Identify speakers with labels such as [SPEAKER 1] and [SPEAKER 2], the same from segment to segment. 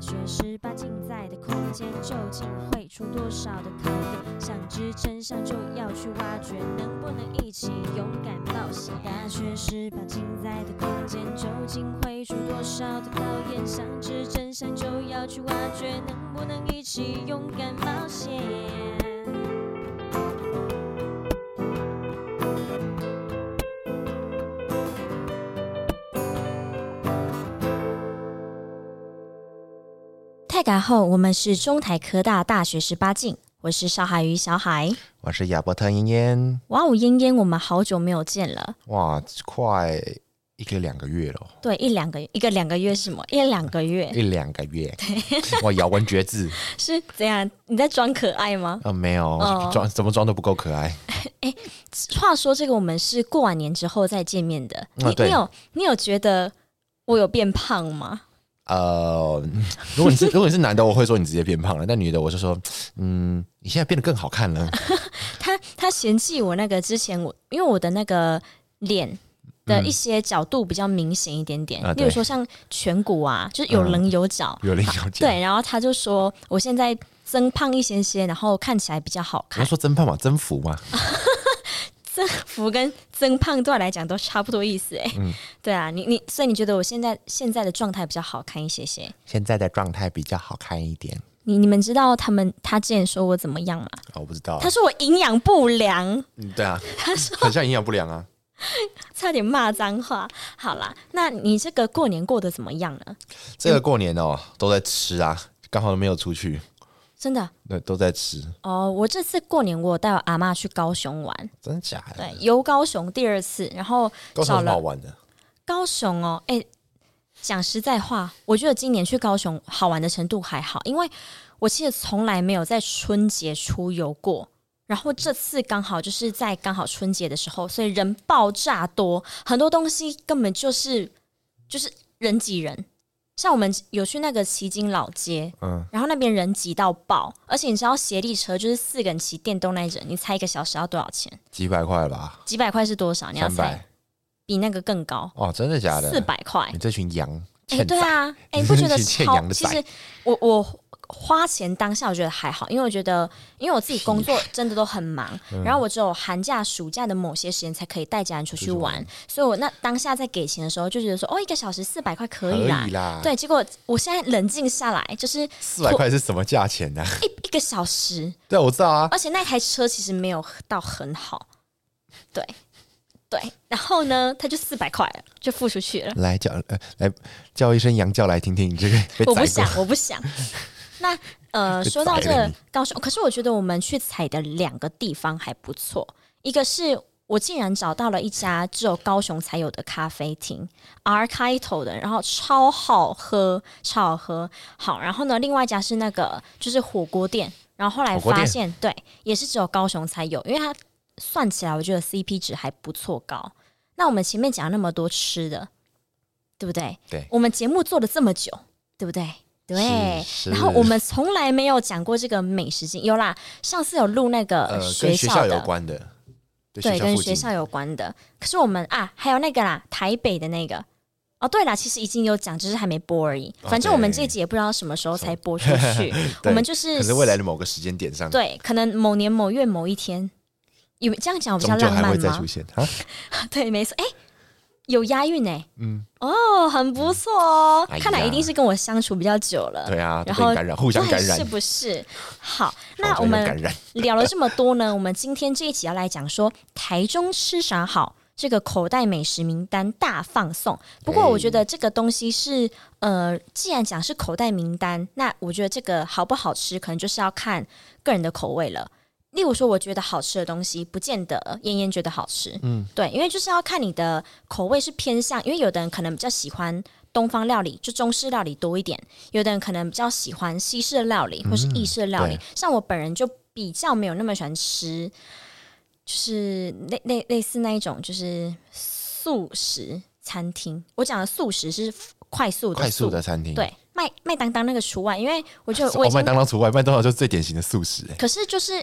[SPEAKER 1] 学十八禁在的空间究竟会出多少的考验？想知真相就要去挖掘，能不能一起勇敢冒险？大学十八禁在的空间究竟会出多少的考验？想知真相就要去挖掘，能不能一起勇敢冒险？泰嘎后，我们是中台科大大学十八禁，我是邵海瑜小海。
[SPEAKER 2] 我是亚伯特嫣嫣，
[SPEAKER 1] 哇哦，嫣嫣，我们好久没有见了，
[SPEAKER 2] 哇，快一个两个月了哦，
[SPEAKER 1] 对，一两个一个两个月是什么？一两个月
[SPEAKER 2] 一两个月， 哇，咬文嚼字
[SPEAKER 1] 是怎样？你在装可爱吗？
[SPEAKER 2] 啊、没有
[SPEAKER 1] 哦
[SPEAKER 2] 装怎么装都不够可爱，
[SPEAKER 1] 话说这个，我们是过完年之后再见面的。你、
[SPEAKER 2] 啊对
[SPEAKER 1] 你有你有觉得我有变胖吗？
[SPEAKER 2] 呃，如果你是如果你是男的，我会说你直接变胖了，但女的我就说，嗯，你现在变得更好看 了，
[SPEAKER 1] 他他嫌弃我那个之前我，因为我的那个脸。的一些角度比较明显一点点，
[SPEAKER 2] 啊
[SPEAKER 1] 例
[SPEAKER 2] 对嗯
[SPEAKER 1] 如说像颧骨啊，就是有棱有角。
[SPEAKER 2] 有人有讲，
[SPEAKER 1] 对，然后他就说我现在增胖一些些，然后看起来比较好
[SPEAKER 2] 你要
[SPEAKER 1] 看。
[SPEAKER 2] 说增胖嘛，增幅嘛，
[SPEAKER 1] 增幅跟增胖对我来讲都差不多意思哎、
[SPEAKER 2] 嗯
[SPEAKER 1] 对啊，你你所以你觉得我现在现在的状态比较好看一些些？
[SPEAKER 2] 现在的状态比较好看一点，
[SPEAKER 1] 你你们知道他们他之前说我怎么样吗？
[SPEAKER 2] 哦、我不知道
[SPEAKER 1] 他，说我营养不良，
[SPEAKER 2] 嗯对啊， 很像营养不良啊，
[SPEAKER 1] 差点骂脏话。好啦，那你这个过年过得怎么样呢？
[SPEAKER 2] 这个过年哦都在吃啊，刚好都没有出去，
[SPEAKER 1] 真的
[SPEAKER 2] 对，都在吃，
[SPEAKER 1] 哦，我这次过年我有带我阿妈去高雄玩，
[SPEAKER 2] 真的假的？
[SPEAKER 1] 对，游高雄第二次，然后
[SPEAKER 2] 高雄
[SPEAKER 1] 找
[SPEAKER 2] 很好
[SPEAKER 1] 了
[SPEAKER 2] 玩的，
[SPEAKER 1] 高雄哦，哎、讲实在话，我觉得今年去高雄好玩的程度还好，因为我其实从来没有在春节出游过。然后这次刚好就是在刚好春节的时候，所以人爆炸多，很多东西根本就是就是人挤人。像我们有去那个旗津老街，
[SPEAKER 2] 嗯。
[SPEAKER 1] 然后那边人挤到爆，而且你知道斜力车就是四个人骑电动那一人，你猜一个小时要多少钱？
[SPEAKER 2] 几百块吧，
[SPEAKER 1] 几百块是多少？你要
[SPEAKER 2] 三
[SPEAKER 1] 猜？
[SPEAKER 2] 百
[SPEAKER 1] 比那个更高，
[SPEAKER 2] 哦，真的假的？
[SPEAKER 1] 四，百块
[SPEAKER 2] 你。这群羊
[SPEAKER 1] 哎、
[SPEAKER 2] 欠
[SPEAKER 1] 对
[SPEAKER 2] 宰，
[SPEAKER 1] 啊，哎、 你不觉得
[SPEAKER 2] 你欠
[SPEAKER 1] 超
[SPEAKER 2] 养？的
[SPEAKER 1] 其
[SPEAKER 2] 宰
[SPEAKER 1] 实我我花钱当下我觉得还好，因为我觉得因为我自己工作真的都很忙，
[SPEAKER 2] 嗯
[SPEAKER 1] 然后我只有寒假、暑假的某些时间才可以带家人出去玩，所以我那当下在给钱的时候就觉得说，哦，一个小时四百块可以啦
[SPEAKER 2] 可以。啦。，
[SPEAKER 1] 对，结果我现在冷静下来，就是
[SPEAKER 2] 四百块是什么价钱呢、啊
[SPEAKER 1] 一一个小时，
[SPEAKER 2] 对，我知道啊。
[SPEAKER 1] 而且那台车其实没有到很好，对对。然后呢，他就四百块了，就付出去了。
[SPEAKER 2] 来叫呃来叫一声羊叫来听听，你这个被宰
[SPEAKER 1] 我
[SPEAKER 2] 过
[SPEAKER 1] 不想，我不 想。那呃，
[SPEAKER 2] 被宰
[SPEAKER 1] 说到这
[SPEAKER 2] 了你
[SPEAKER 1] 高雄，可是我觉得我们去踩的两个地方还不错，一个是我竟然找到了一家只有高雄才有的咖啡厅，R 开头的，然后超好喝，超好喝。好，然后呢，另外一家是那个就是火锅店，然后后来
[SPEAKER 2] 火锅
[SPEAKER 1] 发
[SPEAKER 2] 店
[SPEAKER 1] 现，对，也是只有高雄才有，因为它算起来，我觉得 CP 值还不错高。那我们前面讲那么多吃的，对不对？
[SPEAKER 2] 对
[SPEAKER 1] 我们节目做了这么久，对不对？对。
[SPEAKER 2] 是
[SPEAKER 1] 然后我们从来没有讲过这个美食经，有啦，上次有录那个
[SPEAKER 2] 呃
[SPEAKER 1] 学
[SPEAKER 2] 跟学校
[SPEAKER 1] 校的，
[SPEAKER 2] 有关的，对
[SPEAKER 1] 对，跟
[SPEAKER 2] 附
[SPEAKER 1] 学
[SPEAKER 2] 近
[SPEAKER 1] 校有关的。可是我们啊，还有那个啦，台北的那个。哦，对啦，其实已经有讲，只是还没播而已。
[SPEAKER 2] 哦
[SPEAKER 1] 反正我们
[SPEAKER 2] 对
[SPEAKER 1] 这一集也不知道什么时候才播出去，我
[SPEAKER 2] 对
[SPEAKER 1] 们就是
[SPEAKER 2] 可能未来的某个时间点上，
[SPEAKER 1] 对，可能某年某月某一天，有这样讲比较
[SPEAKER 2] 终究
[SPEAKER 1] 浪
[SPEAKER 2] 还会
[SPEAKER 1] 漫
[SPEAKER 2] 再
[SPEAKER 1] 吗
[SPEAKER 2] 出？现啊。
[SPEAKER 1] 对，没错，哎、有押韵哎、
[SPEAKER 2] 嗯，
[SPEAKER 1] 哦，很不错哦，
[SPEAKER 2] 哎呀
[SPEAKER 1] 看来一定是跟我相处比较久了。
[SPEAKER 2] 对啊，都
[SPEAKER 1] 呃然
[SPEAKER 2] 被
[SPEAKER 1] 后
[SPEAKER 2] 你感染，互相
[SPEAKER 1] 对
[SPEAKER 2] 感染
[SPEAKER 1] 是，不是？ 好，
[SPEAKER 2] 然
[SPEAKER 1] 那
[SPEAKER 2] 后
[SPEAKER 1] 我
[SPEAKER 2] 就有
[SPEAKER 1] 们
[SPEAKER 2] 感染
[SPEAKER 1] 聊了这么多呢，我们今天这一集要来讲说台中吃啥好。这个口袋美食名单大放送，不过
[SPEAKER 2] 哎
[SPEAKER 1] 我觉得这个东西是，呃，既然讲是口袋名单，那我觉得这个好不好吃，可能就是要看个人的口味了。例如说，我觉得好吃的东西，不见得燕燕觉得好吃，嗯，对，因为就是要看你的口味是偏向，因为有的人可能比较喜欢东方料理，就中式料理多一点；有的人可能比较喜欢西式的料理或是意式的料理。
[SPEAKER 2] 嗯对
[SPEAKER 1] 像我本人就比较没有那么喜欢吃，就是类类类似那一种就是素食餐厅。我讲的素食是快速的
[SPEAKER 2] 快速
[SPEAKER 1] 速
[SPEAKER 2] 的餐厅，
[SPEAKER 1] 对麦麦当当那个除外，因为我觉得我
[SPEAKER 2] 哦，
[SPEAKER 1] 已经
[SPEAKER 2] 麦当劳除外，麦当劳就是最典型的素食。哎
[SPEAKER 1] 可是就是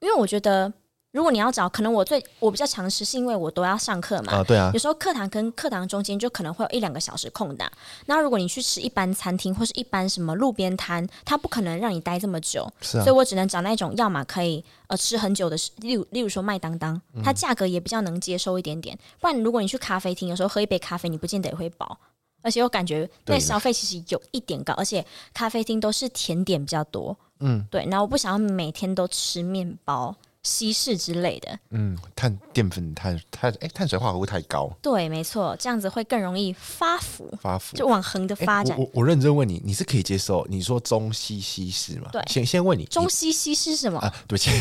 [SPEAKER 1] 因为我觉得如果你要找，可能我最我比较常吃，是因为我都要上课嘛。
[SPEAKER 2] 啊，对 啊
[SPEAKER 1] 有，时候课堂跟课堂中间就可能会有一两个小时空档。那如果你去吃一般餐厅或是一般什么路边摊，它不可能让你待这么久，
[SPEAKER 2] 是啊
[SPEAKER 1] 所以，我只能找那种要么可以呃吃很久的食，例如例如说麦当当，它价格也比较能接受一点点。不然如果你去咖啡厅，有时候喝一杯咖啡，你不见得也会饱。而且我感觉
[SPEAKER 2] 对
[SPEAKER 1] 那消费其实有一点高，而且咖啡厅都是甜点比较多，
[SPEAKER 2] 嗯
[SPEAKER 1] 对。然后我不想要每天都吃面包、西式之类的，
[SPEAKER 2] 嗯，碳淀粉碳碳哎碳水化合物太高，
[SPEAKER 1] 对，没错，这样子会更容易发福。
[SPEAKER 2] 发福。
[SPEAKER 1] 就往横的
[SPEAKER 2] 诶
[SPEAKER 1] 发展。
[SPEAKER 2] 哎我我我认真问你，你是可以接受？你说中西西式嘛？
[SPEAKER 1] 对
[SPEAKER 2] 先先问你
[SPEAKER 1] 中
[SPEAKER 2] 你
[SPEAKER 1] 西西是什么？
[SPEAKER 2] 啊，对不起，
[SPEAKER 1] 谁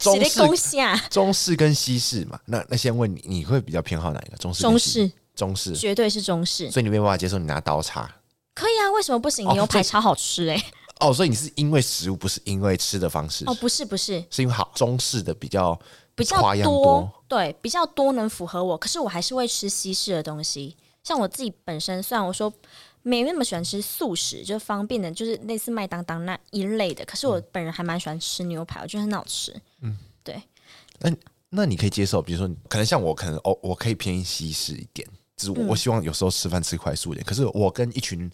[SPEAKER 2] 中
[SPEAKER 1] 在
[SPEAKER 2] 式
[SPEAKER 1] 攻下？
[SPEAKER 2] 中式跟西式嘛，那那先问你，你会比较偏好哪一个？中式跟
[SPEAKER 1] 中
[SPEAKER 2] 西
[SPEAKER 1] 式
[SPEAKER 2] 中式，
[SPEAKER 1] 绝对是中式，
[SPEAKER 2] 所以你没有办法接受你拿刀叉
[SPEAKER 1] 可以啊？为什么不行
[SPEAKER 2] 哦？
[SPEAKER 1] 牛排
[SPEAKER 2] 对
[SPEAKER 1] 超好吃哎、
[SPEAKER 2] 哦，所以你是因为食物，不是因为吃的方式，
[SPEAKER 1] 哦，不是不是，
[SPEAKER 2] 是因为好中式的比较
[SPEAKER 1] 比较
[SPEAKER 2] 花样多
[SPEAKER 1] 对，比较多能符合我。可是我还是会吃西式的东西，像我自己本身，虽然我说没那么喜欢吃素食，就方便的，就是类似麦当当那一类的。可是我
[SPEAKER 2] 嗯
[SPEAKER 1] 本人还蛮喜欢吃牛排，我觉得很好吃。
[SPEAKER 2] 那你可以接受，比如说你，可能像我，可能哦，我可以偏西式一点，只是我,、我希望有时候吃饭吃快速一点。可是我跟一群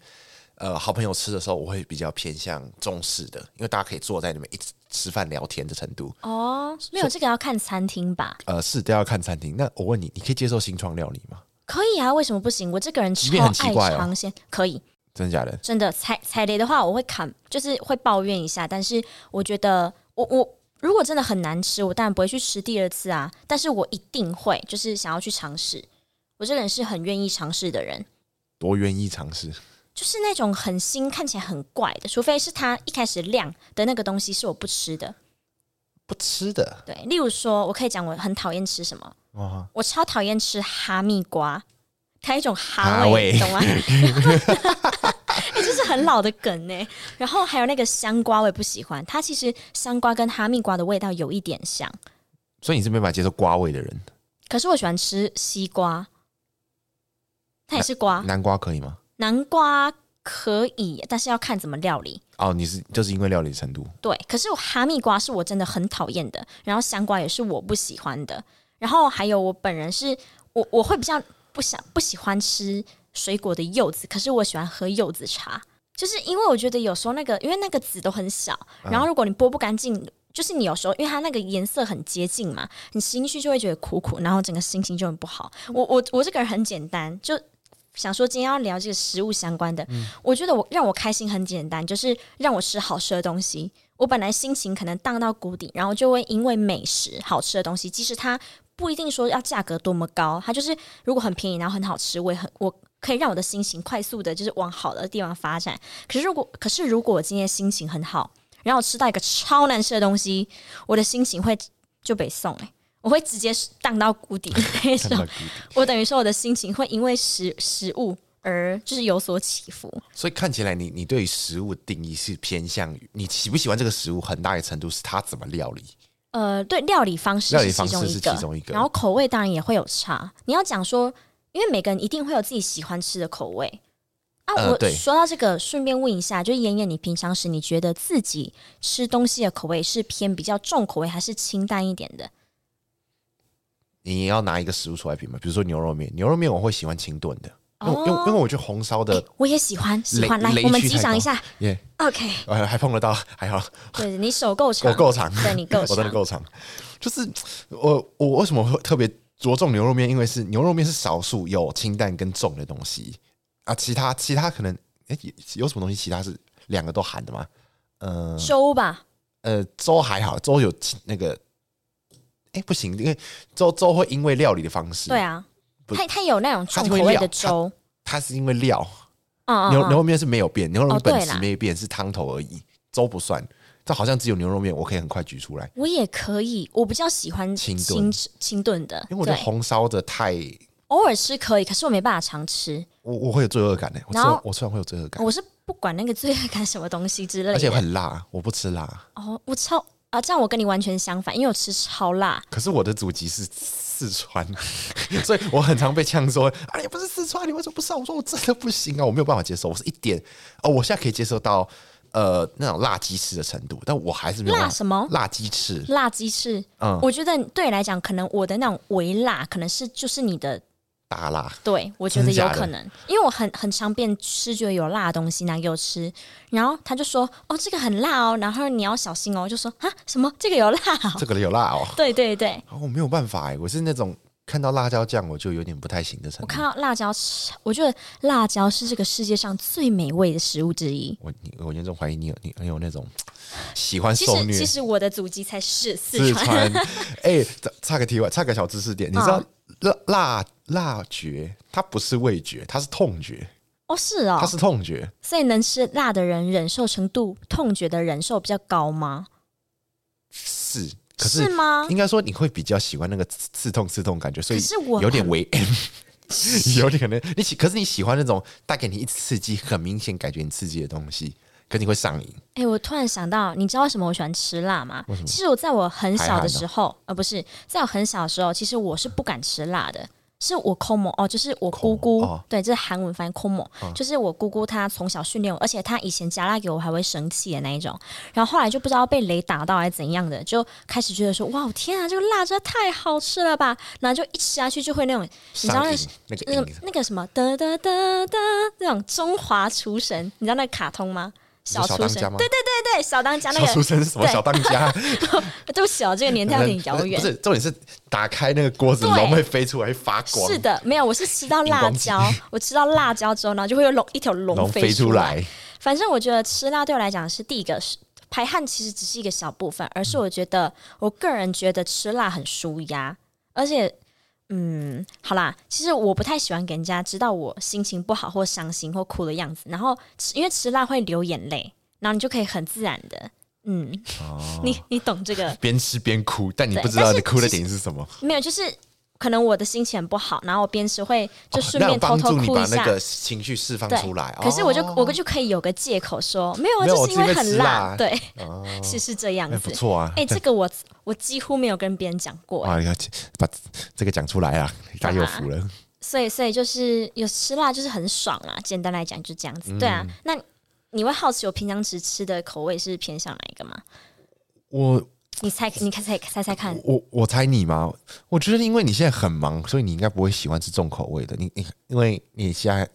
[SPEAKER 2] 呃好朋友吃的时候，我会比较偏向中式的，因为大家可以坐在里面一直吃饭聊天的程度。
[SPEAKER 1] 哦，没有这个要看餐厅吧？
[SPEAKER 2] 呃，是都要看餐厅。那我问你，你可以接受新创料理吗？
[SPEAKER 1] 可以啊，为什么不行？我这个人
[SPEAKER 2] 即
[SPEAKER 1] 超
[SPEAKER 2] 便很奇
[SPEAKER 1] 爱
[SPEAKER 2] 怪哦
[SPEAKER 1] 尝鲜，可以。
[SPEAKER 2] 真的假的？
[SPEAKER 1] 真的踩踩雷的话，我会砍，就是会抱怨一下。但是我觉得我，我如果真的很难吃，我当然不会去吃第二次啊。但是我一定会，就是想要去尝试。我这个人是很愿意尝试的人，
[SPEAKER 2] 多愿意尝试。
[SPEAKER 1] 就是那种很新、看起来很怪的，除非是它一开始亮的那个东西是我不吃的。
[SPEAKER 2] 不吃的
[SPEAKER 1] 对，例如说，我可以讲我很讨厌吃什么，
[SPEAKER 2] 哇，
[SPEAKER 1] 我超讨厌吃哈密瓜，它有一种哈
[SPEAKER 2] 哈
[SPEAKER 1] 味，
[SPEAKER 2] 味
[SPEAKER 1] 懂吗？ 欸，就是很老的梗呢、然后还有那个香瓜，我也不喜欢。它其实香瓜跟哈密瓜的味道有一点像，
[SPEAKER 2] 所以你是没办法接受瓜味的人。
[SPEAKER 1] 可是我喜欢吃西瓜，它也是瓜，
[SPEAKER 2] 南瓜可以吗？
[SPEAKER 1] 南瓜可以，但是要看怎么料理。
[SPEAKER 2] 哦，你是就是因为料理程度，
[SPEAKER 1] 对，可是我哈密瓜是我真的很讨厌的，然后香瓜也是我不喜欢的，然后还有我本人是我我会比较不想不喜欢吃水果的柚子，可是我喜欢喝柚子茶，就是因为我觉得有时候那个因为那个籽都很小，然后如果你剥不干净。就是你有时候，因为它那个颜色很接近嘛，你吃进去就会觉得苦苦，然后整个心情就很不好。我我我这个人很简单，就想说今天要聊这个食物相关的，我觉得我让我开心很简单，就是让我吃好吃的东西。我本来心情可能荡到谷底，然后就会因为美食、好吃的东西，即使它不一定说要价格多么高，它就是如果很便宜，然后很好吃，我也很我可以让我的心情快速的，就是往好的地方发展。可是如果可是如果我今天心情很好，然后我吃到一个超难吃的东西，我的心情会就被送哎、欸我会直接荡到谷底那
[SPEAKER 2] 看
[SPEAKER 1] 种
[SPEAKER 2] 到。谷底
[SPEAKER 1] 我等于说我的心情会因为食食物而就是有所起伏。
[SPEAKER 2] 所以看起来你你对于食物的定义是偏向于你喜不喜欢这个食物，很大一程度是它怎么料理。
[SPEAKER 1] 呃，对，料理方式
[SPEAKER 2] 料理
[SPEAKER 1] 是其
[SPEAKER 2] 方式
[SPEAKER 1] 中一
[SPEAKER 2] 是
[SPEAKER 1] 个，
[SPEAKER 2] 其中一个
[SPEAKER 1] 然后口味当然也会有差。你要讲说，因为每个人一定会有自己喜欢吃的口味。啊，
[SPEAKER 2] 呃
[SPEAKER 1] 我
[SPEAKER 2] 对
[SPEAKER 1] 说到这个，顺便问一下，就妍妍，你平常时你觉得自己吃东西的口味是偏比较重口味，还是清淡一点的？
[SPEAKER 2] 你要拿一个食物出来比嘛，比如说牛肉面，牛肉面我会喜欢清炖的，因为、
[SPEAKER 1] 哦
[SPEAKER 2] 因为因为我觉得红烧的
[SPEAKER 1] 我也喜欢，喜
[SPEAKER 2] 雷
[SPEAKER 1] 欢。来
[SPEAKER 2] 雷，
[SPEAKER 1] 我们
[SPEAKER 2] 区
[SPEAKER 1] 击
[SPEAKER 2] 太
[SPEAKER 1] 掌一
[SPEAKER 2] 高
[SPEAKER 1] 下。
[SPEAKER 2] 耶，
[SPEAKER 1] OK，
[SPEAKER 2] 呃还碰得到，还 好
[SPEAKER 1] 对你手够长，
[SPEAKER 2] 我够长，
[SPEAKER 1] 对你够
[SPEAKER 2] 我真
[SPEAKER 1] 长
[SPEAKER 2] 的够长。就是我我为什么会特别着重牛肉面，因为是牛肉面是少数有清淡跟重的东西啊，其他其他可能诶、有什么东西其他是两个都含的吗？嗯、
[SPEAKER 1] 粥吧？
[SPEAKER 2] 呃，粥还好，粥有清那个，哎、不行，因为粥粥会因为料理的方式，
[SPEAKER 1] 对，啊，
[SPEAKER 2] 不
[SPEAKER 1] 它它有那种
[SPEAKER 2] 它
[SPEAKER 1] 重
[SPEAKER 2] 会
[SPEAKER 1] 口味
[SPEAKER 2] 料
[SPEAKER 1] 的
[SPEAKER 2] 它
[SPEAKER 1] 粥。
[SPEAKER 2] 它是因为料，
[SPEAKER 1] 嗯嗯
[SPEAKER 2] 牛牛
[SPEAKER 1] 嗯
[SPEAKER 2] 肉面是没有变，牛肉
[SPEAKER 1] 哦
[SPEAKER 2] 面
[SPEAKER 1] 对
[SPEAKER 2] 本质
[SPEAKER 1] 啦
[SPEAKER 2] 没变，是汤头而已，粥不算。这好像只有牛肉面，我可以很快举出来，
[SPEAKER 1] 我也可以，我比较喜欢
[SPEAKER 2] 清
[SPEAKER 1] 清
[SPEAKER 2] 炖
[SPEAKER 1] 清炖的，
[SPEAKER 2] 因为我觉得
[SPEAKER 1] 对
[SPEAKER 2] 红烧的太，
[SPEAKER 1] 偶尔吃可以，可是我没办法常吃，
[SPEAKER 2] 我我会有罪恶感的、我吃
[SPEAKER 1] 然后
[SPEAKER 2] 完我吃完会有罪恶感，
[SPEAKER 1] 我是不管那个罪恶感什么东西之类
[SPEAKER 2] 而且
[SPEAKER 1] 的。
[SPEAKER 2] 很辣，我不吃辣。
[SPEAKER 1] 哦，我超啊，这样我跟你完全相反，因为我吃超辣，
[SPEAKER 2] 可是我的祖籍是四川， 所以我很常被呛说：“啊，你不啊是四川，你为什么不上？”我说：“我真的不行啊，我没有办法接受，我是一点哦，我现在可以接受到呃那种辣鸡翅的程度，但我还是没有
[SPEAKER 1] 辣什么
[SPEAKER 2] 辣鸡翅，
[SPEAKER 1] 辣鸡翅，
[SPEAKER 2] 嗯
[SPEAKER 1] 我觉得对你来讲，可能我的那种微辣，可能是就是你的，
[SPEAKER 2] 大辣。
[SPEAKER 1] 对我觉
[SPEAKER 2] 真
[SPEAKER 1] 得
[SPEAKER 2] 的
[SPEAKER 1] 有
[SPEAKER 2] 假的
[SPEAKER 1] 可能，因为我很很常变吃觉得有辣的东西拿给我吃，然后他就说哦这个很辣哦，然后你要小心哦，我就说啊什么这个有辣、哦，
[SPEAKER 2] 这个有辣哦，
[SPEAKER 1] 对对对，
[SPEAKER 2] 啊我没有办法哎，我是那种看到辣椒酱我就有点不太行的程
[SPEAKER 1] 我
[SPEAKER 2] 度。
[SPEAKER 1] 看到辣椒吃，我觉得辣椒是这个世界上最美味的食物之一。
[SPEAKER 2] 我你我严重怀疑你有你你有那种喜欢
[SPEAKER 1] 其
[SPEAKER 2] 受
[SPEAKER 1] 实
[SPEAKER 2] 虐
[SPEAKER 1] 其实我的祖籍才是四
[SPEAKER 2] 四
[SPEAKER 1] 川，
[SPEAKER 2] 川。哎、插插个题外，插个小知识点，你知道
[SPEAKER 1] 嗯
[SPEAKER 2] 辣辣辣觉它不是味觉，它是痛觉，
[SPEAKER 1] 哦是哦
[SPEAKER 2] 它，是痛觉。
[SPEAKER 1] 所以能吃辣的人忍受程度，痛觉的忍受比较高吗？
[SPEAKER 2] 是，可是
[SPEAKER 1] 吗？
[SPEAKER 2] 应该说你会比较喜欢那个刺刺痛刺痛感觉，所以
[SPEAKER 1] 可是我
[SPEAKER 2] 有点为 有点可能你喜，可是你喜欢那种带给你一刺激，很明显感觉你刺激的东西，可你会上瘾。
[SPEAKER 1] 哎、我突然想到，你知道为什么我喜欢吃辣吗？其实我在我很小的时候，呃，不是，在我很小的时候，其实我是不敢吃辣的。是我抠某哦，就是我姑姑，
[SPEAKER 2] 抠门哦嗯
[SPEAKER 1] 对，这是韩文翻译抠某，就是我姑姑她从小训练我，而且她以前加辣给我还会生气的那一种，然后后来就不知道被雷打到还是怎样的，就开始觉得说，哇，天啊，这个辣真的太好吃了吧！然后就一吃下去就会那种，你知道
[SPEAKER 2] 上
[SPEAKER 1] 那
[SPEAKER 2] 瘾那个
[SPEAKER 1] 那个
[SPEAKER 2] 瘾
[SPEAKER 1] 那个什么哒哒哒哒那种中华厨神，你知道那个卡通吗？
[SPEAKER 2] 说小
[SPEAKER 1] 厨
[SPEAKER 2] 当
[SPEAKER 1] 神，
[SPEAKER 2] 家吗
[SPEAKER 1] 对对对对，小当家那
[SPEAKER 2] 小书
[SPEAKER 1] 个，
[SPEAKER 2] 生是什么
[SPEAKER 1] 对
[SPEAKER 2] 小当 家？
[SPEAKER 1] 对不起哦，这个年代有点遥远
[SPEAKER 2] 呃不。是，重点是打开那个锅子，
[SPEAKER 1] 对
[SPEAKER 2] 龙会飞出来，会发光。
[SPEAKER 1] 是的，没有，我是吃到辣椒，我吃到辣椒之后，然后就会有龙一条龙
[SPEAKER 2] 龙
[SPEAKER 1] 飞
[SPEAKER 2] 飞出
[SPEAKER 1] 来。
[SPEAKER 2] 来，
[SPEAKER 1] 反正我觉得吃辣对我来讲是第一个是排汗，其实只是一个小部分，而是
[SPEAKER 2] 嗯
[SPEAKER 1] 我觉得我个人觉得吃辣很舒压，而且。嗯，好啦，其实我不太喜欢给人家知道我心情不好或伤心或哭的样子，然后吃因为吃辣会流眼泪，然后你就可以很自然的，嗯，
[SPEAKER 2] 哦
[SPEAKER 1] 你你懂这个
[SPEAKER 2] 边吃边哭，但你
[SPEAKER 1] 对
[SPEAKER 2] 不知
[SPEAKER 1] 但
[SPEAKER 2] 道
[SPEAKER 1] 是
[SPEAKER 2] 你哭的
[SPEAKER 1] 其实
[SPEAKER 2] 点是什么。
[SPEAKER 1] 没有？就是可能我的心情很不好，然后我边吃会就
[SPEAKER 2] 哦
[SPEAKER 1] 顺
[SPEAKER 2] 那有
[SPEAKER 1] 便偷
[SPEAKER 2] 帮
[SPEAKER 1] 偷
[SPEAKER 2] 助你
[SPEAKER 1] 哭
[SPEAKER 2] 把
[SPEAKER 1] 一下，
[SPEAKER 2] 那个情绪释放
[SPEAKER 1] 对，
[SPEAKER 2] 出来。
[SPEAKER 1] 可是我就、
[SPEAKER 2] 哦
[SPEAKER 1] 我就可以有个借口说，没有啊，
[SPEAKER 2] 没
[SPEAKER 1] 就
[SPEAKER 2] 有
[SPEAKER 1] 是因为
[SPEAKER 2] 我是
[SPEAKER 1] 很
[SPEAKER 2] 因为吃辣
[SPEAKER 1] 对， 是是这样
[SPEAKER 2] 啊哎
[SPEAKER 1] 子，
[SPEAKER 2] 不错啊
[SPEAKER 1] 哎、这个我我几乎没有跟别人讲过、哎
[SPEAKER 2] 哇，要把这个讲出来啊，大家有福了。
[SPEAKER 1] 所以所以就是有吃辣就是很爽啦。简单来讲就这样
[SPEAKER 2] 嗯
[SPEAKER 1] 子，对啊。那你会好奇我平常时吃的口味是偏向哪一个吗？
[SPEAKER 2] 我
[SPEAKER 1] 你猜，你猜猜猜猜看，
[SPEAKER 2] 我我猜你吗？我觉得因为你现在很忙，所以你应该不会喜欢吃重口味的。你你因为你现在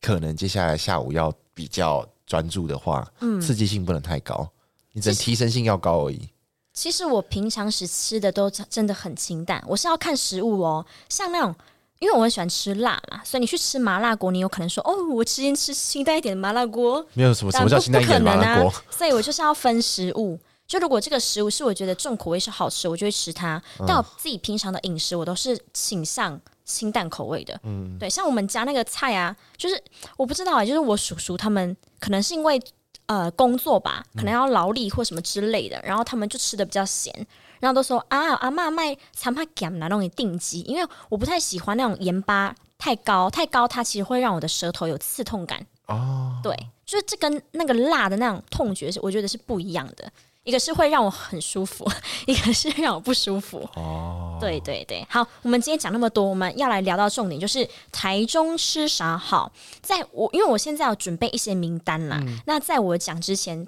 [SPEAKER 2] 可能接下来下午要比较专注的话，
[SPEAKER 1] 嗯
[SPEAKER 2] 刺激性不能太高，你只能提升性要高而已。
[SPEAKER 1] 其实我平常时吃的都真的很清淡，我是要看食物哦，像那种。因为我很喜欢吃辣嘛，所以你去吃麻辣锅，你有可能说哦，我之前吃清淡一点的麻辣锅，
[SPEAKER 2] 没有什么什
[SPEAKER 1] 但
[SPEAKER 2] 么
[SPEAKER 1] 不
[SPEAKER 2] 叫清淡一点的麻辣
[SPEAKER 1] 不
[SPEAKER 2] 锅
[SPEAKER 1] 可能啊。所以我就是要分食物。就如果这个食物是我觉得重口味是好吃，我就会吃它。
[SPEAKER 2] 嗯
[SPEAKER 1] 但我自己平常的饮食，我都是倾向清淡口味的。嗯，对，像我们家那个菜啊，就是我不知道啊，就是我叔叔他们可能是因为呃工作吧，
[SPEAKER 2] 嗯
[SPEAKER 1] 可能要劳力或什么之类的，然后他们就吃的比较咸，然后都说啊阿妈卖餐怕咸拿弄给定级，因为我不太喜欢那种盐巴太高，太高它其实会让我的舌头有刺痛感。
[SPEAKER 2] 哦，
[SPEAKER 1] 对，就是这跟那个辣的那种痛觉是，我觉得是不一样的。一个是会让我很舒服， 一个是让我不舒服。哦，对对对，好，我们今天讲那么多，我们要来聊到重点，就是台中吃啥好。在我因为我现在要准备一些名单啦，那在我讲之前，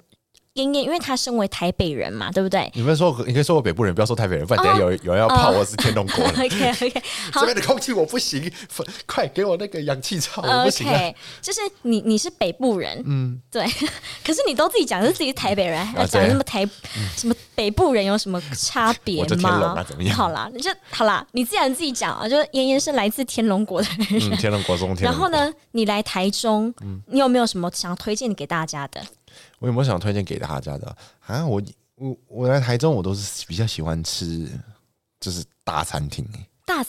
[SPEAKER 1] 燕燕因为她身为台北人嘛，对不对
[SPEAKER 2] 你们说我，你可以说我北部人，不要说台北人，不然等下有有人要泡我是天龙 国人。
[SPEAKER 1] ？OK OK，好
[SPEAKER 2] 这边的空气我不行，粉快给我那个氧气罩，我不行啊！
[SPEAKER 1] OK，就是你你是北部人，嗯，对。 可是你都自己讲是自己是台北人，还要讲
[SPEAKER 2] 啊对
[SPEAKER 1] 什么台、什么北部人有什么差别
[SPEAKER 2] 我就天龙
[SPEAKER 1] 吗？
[SPEAKER 2] 啊怎么样
[SPEAKER 1] 好啦，你就好啦，你既然自己讲啊，就是妍妍是来自天龙国的人，
[SPEAKER 2] 嗯， 天龙国嗯中，天
[SPEAKER 1] 然
[SPEAKER 2] 龙国
[SPEAKER 1] 后？呢，你来台中，你有没有什么想要推荐给大家的？
[SPEAKER 2] 我有没有想推荐给大家的啊？我我我来台中，我都是比较喜欢吃，就是大餐厅、欸
[SPEAKER 1] 大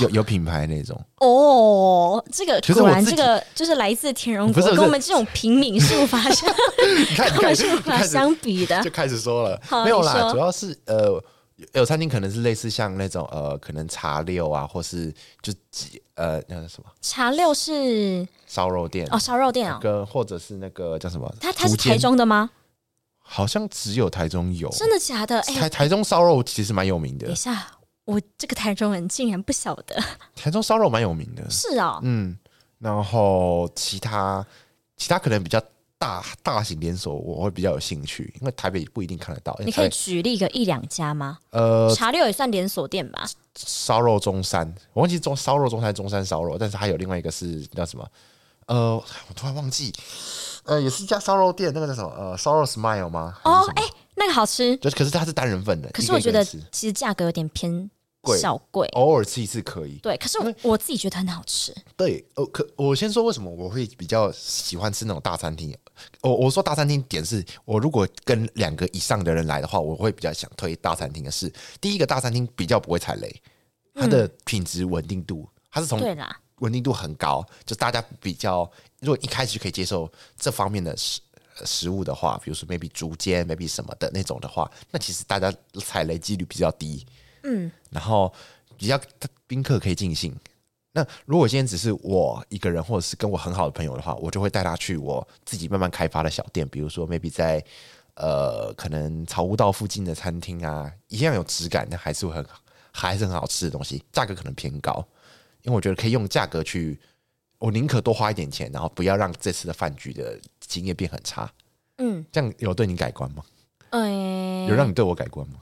[SPEAKER 2] 有有品牌那种。
[SPEAKER 1] 哦，这个
[SPEAKER 2] 其实
[SPEAKER 1] 果
[SPEAKER 2] 我
[SPEAKER 1] 然
[SPEAKER 2] 自
[SPEAKER 1] 这
[SPEAKER 2] 己
[SPEAKER 1] 个就是来自天龙
[SPEAKER 2] 不
[SPEAKER 1] 国，
[SPEAKER 2] 是不是
[SPEAKER 1] 跟我们这种平民是无法相，
[SPEAKER 2] 你看，你
[SPEAKER 1] 根本
[SPEAKER 2] 看，
[SPEAKER 1] 是无
[SPEAKER 2] 就
[SPEAKER 1] 法
[SPEAKER 2] 开始
[SPEAKER 1] 相比的
[SPEAKER 2] 就。开始说了
[SPEAKER 1] 好，
[SPEAKER 2] 没有
[SPEAKER 1] 你
[SPEAKER 2] 啦，
[SPEAKER 1] 说
[SPEAKER 2] 主要是呃。有有餐厅可能是类似像那种呃，可能茶六啊，或是就几呃那个什么
[SPEAKER 1] 茶六是
[SPEAKER 2] 烧肉店
[SPEAKER 1] 哦，烧肉店哦，
[SPEAKER 2] 跟或者是那个叫什么，
[SPEAKER 1] 它它是
[SPEAKER 2] 竹间
[SPEAKER 1] 台，中的吗？
[SPEAKER 2] 好像只有台中有，
[SPEAKER 1] 真的假的？哎、
[SPEAKER 2] 台台中烧肉其实蛮有名
[SPEAKER 1] 等
[SPEAKER 2] 的
[SPEAKER 1] 一，下，我这个台中人竟然不晓 得，
[SPEAKER 2] 台中烧肉蛮有名的，
[SPEAKER 1] 是哦，
[SPEAKER 2] 嗯，然后其他其他可能比较大大型连锁我会比较有兴趣，因为台北不一定看得到。因为
[SPEAKER 1] 你可以
[SPEAKER 2] 台北
[SPEAKER 1] 举例个一两家吗？
[SPEAKER 2] 哎呃，
[SPEAKER 1] 茶六也算连锁店吧？
[SPEAKER 2] 烧肉中山，我忘记中烧肉中山中山烧肉，但是还有另外一个是叫什么？呃，我突然忘记，呃，也是一家烧肉店，那个叫什么？呃，烧肉 Smile 吗？还是
[SPEAKER 1] 哦
[SPEAKER 2] 什，么
[SPEAKER 1] 哎、那个好吃，
[SPEAKER 2] 就是可是它是单人份的，
[SPEAKER 1] 可
[SPEAKER 2] 一
[SPEAKER 1] 是
[SPEAKER 2] 个
[SPEAKER 1] 我
[SPEAKER 2] 一
[SPEAKER 1] 觉
[SPEAKER 2] 个
[SPEAKER 1] 得
[SPEAKER 2] 人吃
[SPEAKER 1] 其实价格有点偏
[SPEAKER 2] 贵
[SPEAKER 1] 小贵。
[SPEAKER 2] 偶尔吃一次可以。
[SPEAKER 1] 对，可是
[SPEAKER 2] 因
[SPEAKER 1] 我
[SPEAKER 2] 为
[SPEAKER 1] 我自己觉得很好吃。
[SPEAKER 2] 对，呃，可我先说为什么我会比较喜欢吃那种大餐厅。我我说大餐厅点是我如果跟两个以上的人来的话，我会比较想推大餐厅的是，第一个大餐厅比较不会踩雷，它的品质稳定度，它是从
[SPEAKER 1] 对啦，
[SPEAKER 2] 稳定度很高，就大家比较，如果一开始就可以接受这方面的食呃食物的话，比如说 maybe 竹间，maybe 什么的那种的话，那其实大家踩雷几率比较低，
[SPEAKER 1] 嗯，
[SPEAKER 2] 然后比较宾客可以尽兴。那如果今天只是我一个人，或者是跟我很好的朋友的话，我就会带他去我自己慢慢开发的小店，比如说 maybe 在呃可能草悟道附近的餐厅啊，一样有质感，但还是会很还是很好吃的东西，价格可能偏高。因为我觉得可以用价格去，我宁可多花一点钱，然后不要让这次的饭局的经验变很差。
[SPEAKER 1] 嗯，
[SPEAKER 2] 这样有对你改观吗？
[SPEAKER 1] 哎、
[SPEAKER 2] 有让你对我改观吗？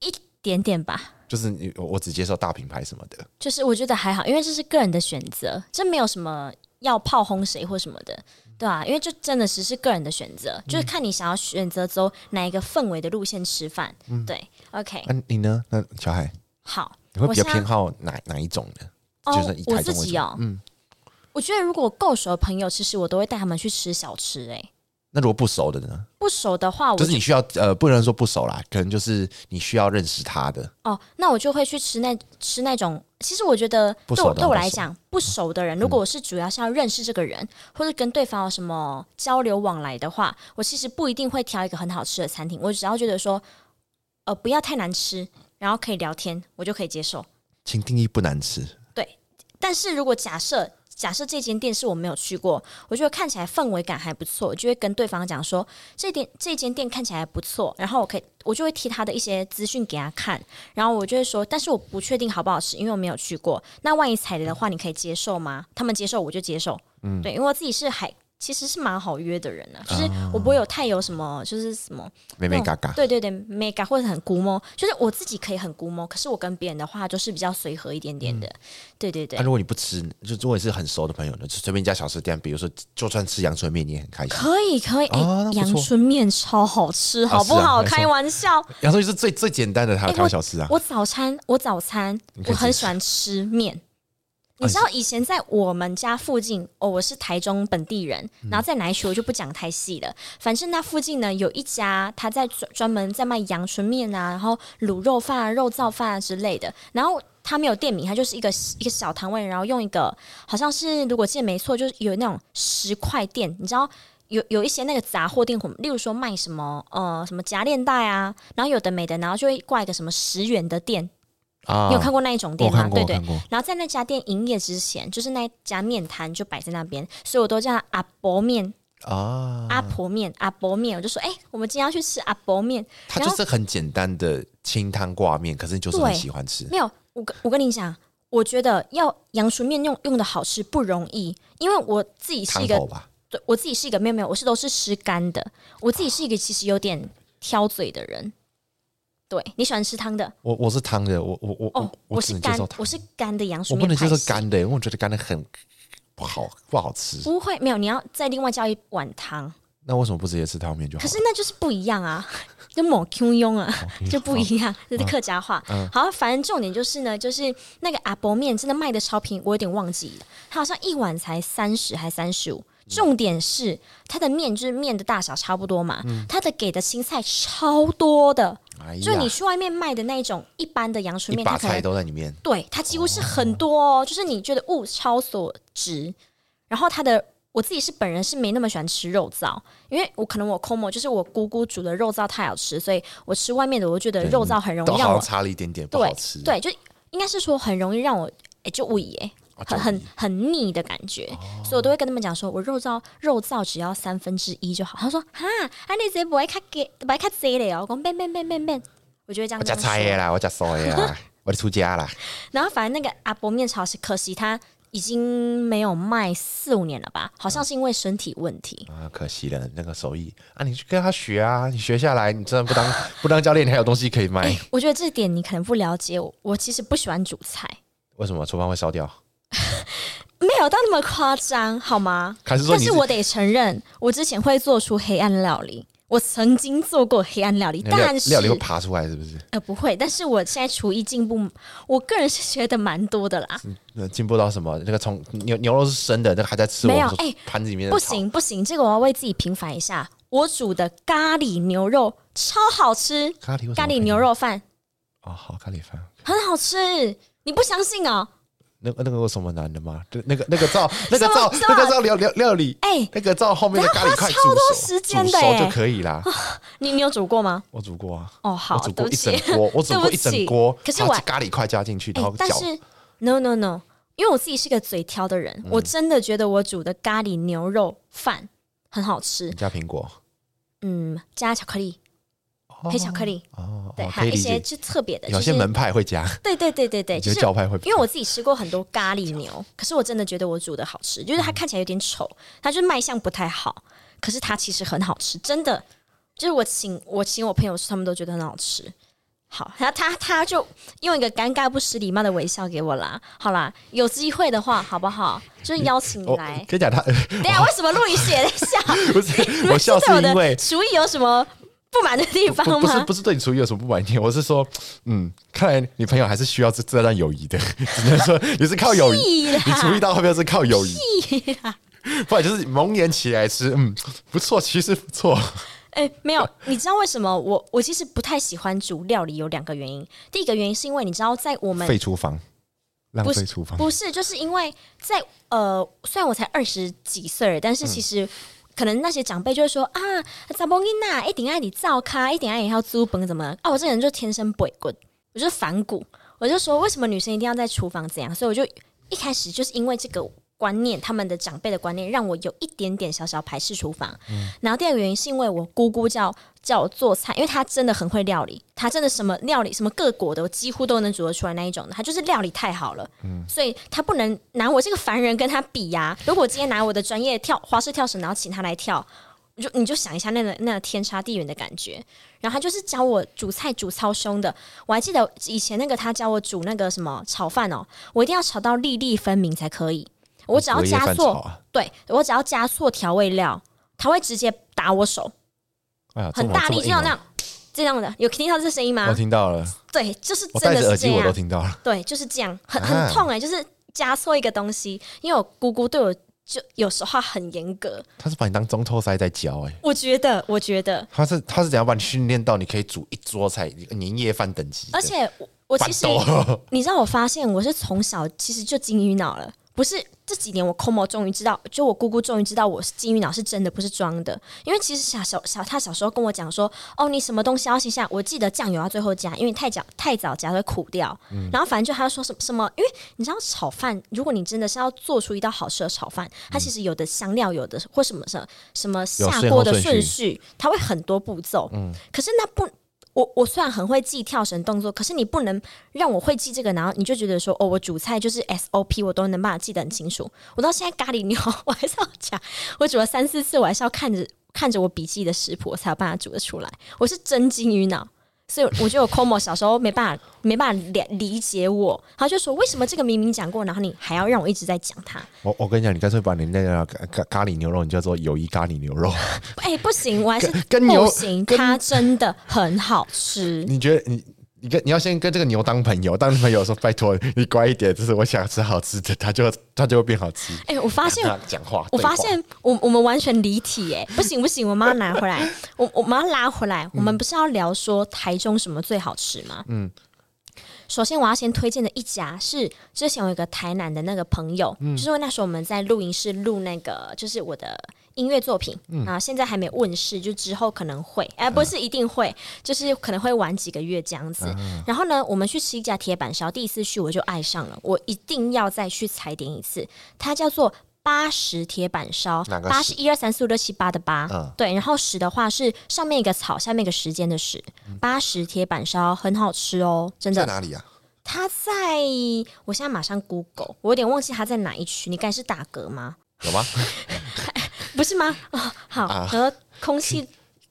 [SPEAKER 1] 一点点吧，
[SPEAKER 2] 就是你我我只接受大品牌什么的，
[SPEAKER 1] 就是我觉得还好，因为这是个人的选择，这没有什么要炮轰谁或什么的，对啊，因为就真的只是个人的选择，
[SPEAKER 2] 嗯
[SPEAKER 1] 就是看你想要选择走哪一个氛围的路线吃饭。对，OK，
[SPEAKER 2] 那、啊你呢？那小海，
[SPEAKER 1] 好，
[SPEAKER 2] 嗯哎你会
[SPEAKER 1] 我
[SPEAKER 2] 比较
[SPEAKER 1] 现在
[SPEAKER 2] 偏好哪哪一种呢？就是以
[SPEAKER 1] 我
[SPEAKER 2] 台
[SPEAKER 1] 自
[SPEAKER 2] 中为
[SPEAKER 1] 己
[SPEAKER 2] 主
[SPEAKER 1] 哦，
[SPEAKER 2] 嗯，
[SPEAKER 1] 我觉得如果够熟的朋友，其实我都会带他们去吃小吃、哎，
[SPEAKER 2] 那如果不熟的呢？
[SPEAKER 1] 不熟的话我
[SPEAKER 2] 就
[SPEAKER 1] 就是
[SPEAKER 2] 你需要呃，不能说不熟啦，可能就是你需要认识他的。
[SPEAKER 1] 哦，那我就会去吃那吃那种。其实我觉得
[SPEAKER 2] 不
[SPEAKER 1] 对
[SPEAKER 2] 熟
[SPEAKER 1] 我
[SPEAKER 2] 的
[SPEAKER 1] 对我
[SPEAKER 2] 不
[SPEAKER 1] 来
[SPEAKER 2] 熟嗯
[SPEAKER 1] 讲，不熟的人，如果我是主要是要认识这个人，或者跟对方有什么交流往来的话，我其实不一定会挑一个很好吃的餐厅。我只要觉得说，呃，不要太难吃，然后可以聊天，我就可以接受。
[SPEAKER 2] 请定义不难吃，
[SPEAKER 1] 但是如果假设假设这间店是我没有去过，我觉得看起来氛围感还不错，我就会跟对方讲说这店这间店看起来不错，然后我可以我就会提他的一些资讯给他看，然后我就会说，但是我不确定好不好吃，因为我没有去过。那万一踩雷的话，你可以接受吗？他们接受我就接受，嗯，对，因为我自己是还其实是蛮好约的人啊，就是我不会有太有什么就是什么
[SPEAKER 2] 美美嘎嘎。
[SPEAKER 1] 哦对对对，mega 或者很估摸，就是我自己可以很估摸，可是我跟别人的话就是比较随和一点点
[SPEAKER 2] 嗯
[SPEAKER 1] 的，对对对
[SPEAKER 2] 那、。如果你不吃，就如果你是很熟的朋友呢，就随便一家小吃店，比如说就算吃阳春面，你也很开心。
[SPEAKER 1] 可以可以，哎、
[SPEAKER 2] 哦那不错
[SPEAKER 1] 阳春面超好吃，好不
[SPEAKER 2] 是啊
[SPEAKER 1] 好？
[SPEAKER 2] 没错啊
[SPEAKER 1] 开玩 笑，
[SPEAKER 2] 阳春面是最最简单的
[SPEAKER 1] 哎
[SPEAKER 2] 台台
[SPEAKER 1] 我
[SPEAKER 2] 湾小吃啊。
[SPEAKER 1] 我早餐我早餐
[SPEAKER 2] 可
[SPEAKER 1] 我很
[SPEAKER 2] 以自己啊
[SPEAKER 1] 喜欢吃面。你知道以前在我们家附近，哦，我是台中本地人，
[SPEAKER 2] 嗯
[SPEAKER 1] 然后在哪一区我就不讲太细了。反正那附近呢有一家，他在专专门在卖阳春面啊，然后卤肉饭啊、肉燥饭啊之类的。然后他没有店名，他就是一个一个小摊位，然后用一个好像是如果记得没错，就是有那种十块店，你知道。有有一些那个杂货店，例如说卖什么呃什么夹链带啊，然后有的没的，然后就会挂一个什么十元的店，
[SPEAKER 2] 啊，
[SPEAKER 1] 你有看过那一种店
[SPEAKER 2] 我
[SPEAKER 1] 吗？
[SPEAKER 2] 看过
[SPEAKER 1] 对
[SPEAKER 2] 我
[SPEAKER 1] 对
[SPEAKER 2] 看过。
[SPEAKER 1] 然后在那家店营业之前，就是那一家面摊就摆在那边，所以我都叫它阿伯面、
[SPEAKER 2] 啊？
[SPEAKER 1] 阿婆面、阿伯面。我就说，哎、我们今天要去吃阿伯面。
[SPEAKER 2] 它
[SPEAKER 1] 然
[SPEAKER 2] 就
[SPEAKER 1] 后
[SPEAKER 2] 是很简单的清汤挂面，可是你就是很
[SPEAKER 1] 对
[SPEAKER 2] 喜欢吃。
[SPEAKER 1] 没有，我跟我跟你讲，我觉得要阳春面用用的好吃不容易，因为我自己是
[SPEAKER 2] 汤
[SPEAKER 1] 一个
[SPEAKER 2] 头吧，
[SPEAKER 1] 对我自己是一个没有没有，我是都是吃干的。我自己是一个其实有点挑嘴的人。对你喜欢吃汤的
[SPEAKER 2] 我我是汤的，我我我
[SPEAKER 1] 哦，我
[SPEAKER 2] 只
[SPEAKER 1] 是
[SPEAKER 2] 能接
[SPEAKER 1] 干
[SPEAKER 2] 受，汤，
[SPEAKER 1] 我是干的阳
[SPEAKER 2] 我
[SPEAKER 1] 春
[SPEAKER 2] 不
[SPEAKER 1] 面
[SPEAKER 2] 能接
[SPEAKER 1] 派系。
[SPEAKER 2] 受干的，因为我觉得干的很不好不好吃。
[SPEAKER 1] 不会，没有，你要再另外叫一碗汤。
[SPEAKER 2] 那为什么不直接吃汤面就好
[SPEAKER 1] 可
[SPEAKER 2] 了？
[SPEAKER 1] 是那就是不一样啊， 就某 Q 庸啊， 就不一样，这
[SPEAKER 2] 嗯
[SPEAKER 1] 是客家话。好，反正重点就是呢，就是那个阿伯面真的卖的超平，我有点忘记了，它好像一碗才三十还三十五。
[SPEAKER 2] 嗯
[SPEAKER 1] 重点是它的面就是面的大小差不多嘛，它的给的青菜超多的，
[SPEAKER 2] 哎
[SPEAKER 1] 就是
[SPEAKER 2] 嗯呀
[SPEAKER 1] 你，去外面卖的那一种一般的阳春
[SPEAKER 2] 一
[SPEAKER 1] 面，
[SPEAKER 2] 把
[SPEAKER 1] 它可能
[SPEAKER 2] 菜都在里面，
[SPEAKER 1] 对，它几乎是很多哦，就是你觉得物超所值。然后它的我自己是本人是没那么喜欢吃肉燥，因为我可能我 como 就是我姑姑煮的肉燥太好吃，所以我吃外面的我就觉得肉燥很容
[SPEAKER 2] 都
[SPEAKER 1] 易让
[SPEAKER 2] 好像
[SPEAKER 1] 我
[SPEAKER 2] 差了一点点，不
[SPEAKER 1] 啊对
[SPEAKER 2] 好吃。
[SPEAKER 1] 对，就应该是说很容易让我哎、就胃哎、
[SPEAKER 2] 啊，
[SPEAKER 1] 很
[SPEAKER 2] 就哦
[SPEAKER 1] 很很腻的感觉，所以我都会跟他们讲说，我肉燥肉燥只要三分之一就好。他说哈，啊你这不爱看给不爱看这嘞哦，我讲变变变变变，我就会这样
[SPEAKER 2] 我
[SPEAKER 1] 跟他
[SPEAKER 2] 加
[SPEAKER 1] 们
[SPEAKER 2] 菜
[SPEAKER 1] 说
[SPEAKER 2] 的啦，我加烧的啦，我就出家啦。
[SPEAKER 1] 然后反正那个阿伯面超市，可惜它已经没有卖四五年了吧？好像是因为身体问题。
[SPEAKER 2] 啊，可惜了，那个手艺啊，你去跟他学啊，你学下来，你真的不当不当教练，你还有东西可以卖。
[SPEAKER 1] 我觉得这点你可能不了解，我我其实不喜欢煮菜，
[SPEAKER 2] 为什么厨房会烧掉？
[SPEAKER 1] 没有到那么夸张，好吗？
[SPEAKER 2] 还是说
[SPEAKER 1] 但
[SPEAKER 2] 你
[SPEAKER 1] 是我得承认，我之前会做出黑暗料理，我曾经做过黑暗料理，
[SPEAKER 2] 你的料
[SPEAKER 1] 但是
[SPEAKER 2] 料理会爬出来是不是？
[SPEAKER 1] 呃不会，但是我现在厨艺进步，我个人是觉得蛮多的啦。
[SPEAKER 2] 那进步到什么？那个从牛牛肉是生的，那个还在吃我
[SPEAKER 1] 没有
[SPEAKER 2] 们说
[SPEAKER 1] 哎
[SPEAKER 2] 盘子里面的
[SPEAKER 1] 不
[SPEAKER 2] 草
[SPEAKER 1] 行不行，这个我要为自己平反一下。我煮的咖喱牛肉超好吃，
[SPEAKER 2] 咖喱为什么
[SPEAKER 1] 咖
[SPEAKER 2] 可以
[SPEAKER 1] 喱牛肉饭
[SPEAKER 2] 哦，好咖喱饭。
[SPEAKER 1] 很好吃，你不相信哦？
[SPEAKER 2] 那那个有什么难的吗？对，那个那个照那个照
[SPEAKER 1] 什么
[SPEAKER 2] 那个照料料料理，
[SPEAKER 1] 哎
[SPEAKER 2] 那个照后面的咖喱块煮
[SPEAKER 1] 等一下花超多
[SPEAKER 2] 熟
[SPEAKER 1] 时间
[SPEAKER 2] 煮
[SPEAKER 1] 的
[SPEAKER 2] 熟
[SPEAKER 1] 耶
[SPEAKER 2] 就可以啦。
[SPEAKER 1] 你你有煮过吗？
[SPEAKER 2] 我煮过啊，
[SPEAKER 1] 哦，好，
[SPEAKER 2] 我煮
[SPEAKER 1] 对
[SPEAKER 2] 过
[SPEAKER 1] 不
[SPEAKER 2] 一整
[SPEAKER 1] 起。
[SPEAKER 2] 锅，我煮
[SPEAKER 1] 对
[SPEAKER 2] 过
[SPEAKER 1] 不
[SPEAKER 2] 一
[SPEAKER 1] 起
[SPEAKER 2] 整锅，
[SPEAKER 1] 可是
[SPEAKER 2] 然后
[SPEAKER 1] 我
[SPEAKER 2] 咖喱块加进去，然
[SPEAKER 1] 哎
[SPEAKER 2] 后，
[SPEAKER 1] 但
[SPEAKER 2] 搅嗯
[SPEAKER 1] 是 no no no，因为我自己是个嘴挑的人，我真的觉得我煮的咖喱牛肉饭很好吃
[SPEAKER 2] 你，加苹果，
[SPEAKER 1] 嗯，加巧克力，黑巧克力，
[SPEAKER 2] 哦，
[SPEAKER 1] 对，
[SPEAKER 2] 哦
[SPEAKER 1] 还
[SPEAKER 2] 可以
[SPEAKER 1] 有一
[SPEAKER 2] 理
[SPEAKER 1] 些
[SPEAKER 2] 解。
[SPEAKER 1] 就特别的，
[SPEAKER 2] 有
[SPEAKER 1] 就
[SPEAKER 2] 些
[SPEAKER 1] 是
[SPEAKER 2] 门派会加，
[SPEAKER 1] 对对对对对，
[SPEAKER 2] 有
[SPEAKER 1] 就
[SPEAKER 2] 些
[SPEAKER 1] 是
[SPEAKER 2] 教派会不
[SPEAKER 1] 因为我自己吃过很多咖喱牛，可是我真的觉得我煮的好吃，就是它看起来有点丑，它就是卖相不太好，可是它其实很好吃，真的。就是我请我请我朋友吃，他们都觉得很好吃。好，然后他他就用一个尴尬不失礼貌的微笑给我啦。好啦，有机会的话，好不好？就是邀请你
[SPEAKER 2] 我
[SPEAKER 1] 来。
[SPEAKER 2] 跟你讲，他
[SPEAKER 1] 等一下为什么录音写了一下？
[SPEAKER 2] 不是我笑是
[SPEAKER 1] 对我
[SPEAKER 2] 因为
[SPEAKER 1] 的厨艺有什么不满的地方
[SPEAKER 2] 不不是
[SPEAKER 1] 吗？
[SPEAKER 2] 不是对你厨艺有什么不满意，我是说，嗯，看来你朋友还是需要这这段友谊的， 只能说你是靠友谊，
[SPEAKER 1] 屁啦
[SPEAKER 2] 你厨艺到后面是靠友谊， 不然就是蒙眼起来吃，嗯，不错，其实不错，
[SPEAKER 1] 哎、没有，你知道为什么我我其实不太喜欢煮料理？有两个原因。第一个原因是因为你知道，在我们
[SPEAKER 2] 废厨房，浪
[SPEAKER 1] 不
[SPEAKER 2] 费
[SPEAKER 1] 是
[SPEAKER 2] 厨房，
[SPEAKER 1] 不是，就是因为在呃，虽然我才二十几岁了，但是
[SPEAKER 2] 嗯
[SPEAKER 1] 其实。可能那些长辈就会说啊，查某囡仔一定爱你照咖，一定爱你要租本怎么啊？我这个人就天生不滚，我就是反骨，我就说为什么女生一定要在厨房怎样？所以我就一开始就是因为这个观念，他们的长辈的观念让我有一点点小小排斥厨房。然后第二个原因是因为我姑姑叫叫我做菜，因为她真的很会料理，她真的什么料理什么各国的我几乎都能煮得出来那一种的，她就是料理太好了。所以他不能拿我这个凡人跟他比呀、如果我今天拿我的专业跳花式跳绳，然后请他来跳，你就你就想一下那个那个天差地远的感觉。然后他就是教我煮菜煮超凶的，我还记得以前那个他教我煮那个什么炒饭哦，我一定要炒到粒粒分明才可以。我只要
[SPEAKER 2] 隔夜
[SPEAKER 1] 加
[SPEAKER 2] 饭
[SPEAKER 1] 错，
[SPEAKER 2] 炒啊
[SPEAKER 1] 对我只要加错调味料，他会直接打我手，
[SPEAKER 2] 哎呀，
[SPEAKER 1] 很
[SPEAKER 2] 这么
[SPEAKER 1] 大力，就
[SPEAKER 2] 这么硬哦
[SPEAKER 1] 像那样这样的。有听到这声音吗
[SPEAKER 2] 我？听到了，
[SPEAKER 1] 对，就是
[SPEAKER 2] 我
[SPEAKER 1] 真
[SPEAKER 2] 戴
[SPEAKER 1] 的
[SPEAKER 2] 着耳
[SPEAKER 1] 是这
[SPEAKER 2] 机我
[SPEAKER 1] 样
[SPEAKER 2] 都。听到了，
[SPEAKER 1] 对，就是这样，很
[SPEAKER 2] 啊
[SPEAKER 1] 很痛哎、就是加错一个东西，因为我姑姑对我就有时候很严格，
[SPEAKER 2] 他是把你当中透塞在教，哎，
[SPEAKER 1] 我觉得，我觉得，
[SPEAKER 2] 他是他是怎样把你训练到你可以煮一桌菜年夜饭等级的，
[SPEAKER 1] 而且我我
[SPEAKER 2] 板
[SPEAKER 1] 其 实
[SPEAKER 2] 豆。
[SPEAKER 1] 你知道，我发现我是从小其实就金鱼脑了，不是这几年我 Como 终于知道，就我姑姑终于知道我是金鱼脑是真的，不是装的。因为其实小小小她小时候跟我讲说，哦，你什么东西要先下，我记得酱油要最后加，因为太早太早加会苦掉。
[SPEAKER 2] 嗯
[SPEAKER 1] 然后反正就她说什么什么，因为你知道炒饭，如果你真的是要做出一道好吃的炒饭，它其实有的香料，有的或什么什么什么下锅的顺
[SPEAKER 2] 嗯有先后顺嗯
[SPEAKER 1] 序，它会很多步骤。可是那不。我我虽然很会记跳绳动作，可是你不能让我会记这个，然后你就觉得说，哦，我煮菜就是 SOP，我都能把它记得很清楚。我到现在咖喱牛， 我还是要讲，我煮了三四次，我还是要看着看着我笔记的食谱，我才有办法煮得出来。我是真金鱼脑，所以我觉得我 Como 小时候没办法没办法理理解我，他就说为什么这个明明讲过，然后你还要让我一直在讲它？
[SPEAKER 2] 我我跟你讲，你干脆把你那个咖咖咖喱牛肉，你叫做友谊咖喱牛肉。
[SPEAKER 1] 哎、不行，我还是
[SPEAKER 2] 跟跟牛
[SPEAKER 1] 不行，
[SPEAKER 2] 跟
[SPEAKER 1] 它真的很好吃。
[SPEAKER 2] 你觉得你你跟你要先跟这个牛当朋友，当朋友说拜托你乖一点，这是我想吃好吃的，它就它就会变好吃。
[SPEAKER 1] 哎、我发现
[SPEAKER 2] 跟它讲话，
[SPEAKER 1] 我
[SPEAKER 2] 对话
[SPEAKER 1] 发现我我们完全离题耶、不行不行，我们要拿回来，我我们要拉回
[SPEAKER 2] 嗯
[SPEAKER 1] 来。我们不是要聊说台中什么最好吃吗？嗯，首先我要先推荐的一家是之前我有一个台南的那个朋友，
[SPEAKER 2] 嗯
[SPEAKER 1] 就是那时候我们在录音室录那个，就是我的。音乐作品
[SPEAKER 2] 嗯
[SPEAKER 1] 啊，然后现在还没问世，就之后可能会，哎、不是一定会，就是可能会晚几个月这样
[SPEAKER 2] 啊
[SPEAKER 1] 子。然后呢，我们去吃一家铁板烧，第一次去我就爱上了，我一定要再去踩点一次。它叫做八十铁板烧，
[SPEAKER 2] 哪个
[SPEAKER 1] 八
[SPEAKER 2] 十嗯
[SPEAKER 1] 是一二三四五六七八的八、对，然后十的话是上
[SPEAKER 2] 嗯
[SPEAKER 1] 面一个草，下面一个时间的时，八十铁板烧很好吃哦，真
[SPEAKER 2] 在
[SPEAKER 1] 的。
[SPEAKER 2] 哪里啊？
[SPEAKER 1] 它在我现在马上 Google，我有点忘记它在哪一区。你刚才是打嗝吗？
[SPEAKER 2] 有 吗？
[SPEAKER 1] 不是吗？哦，好，
[SPEAKER 2] 啊
[SPEAKER 1] 和空气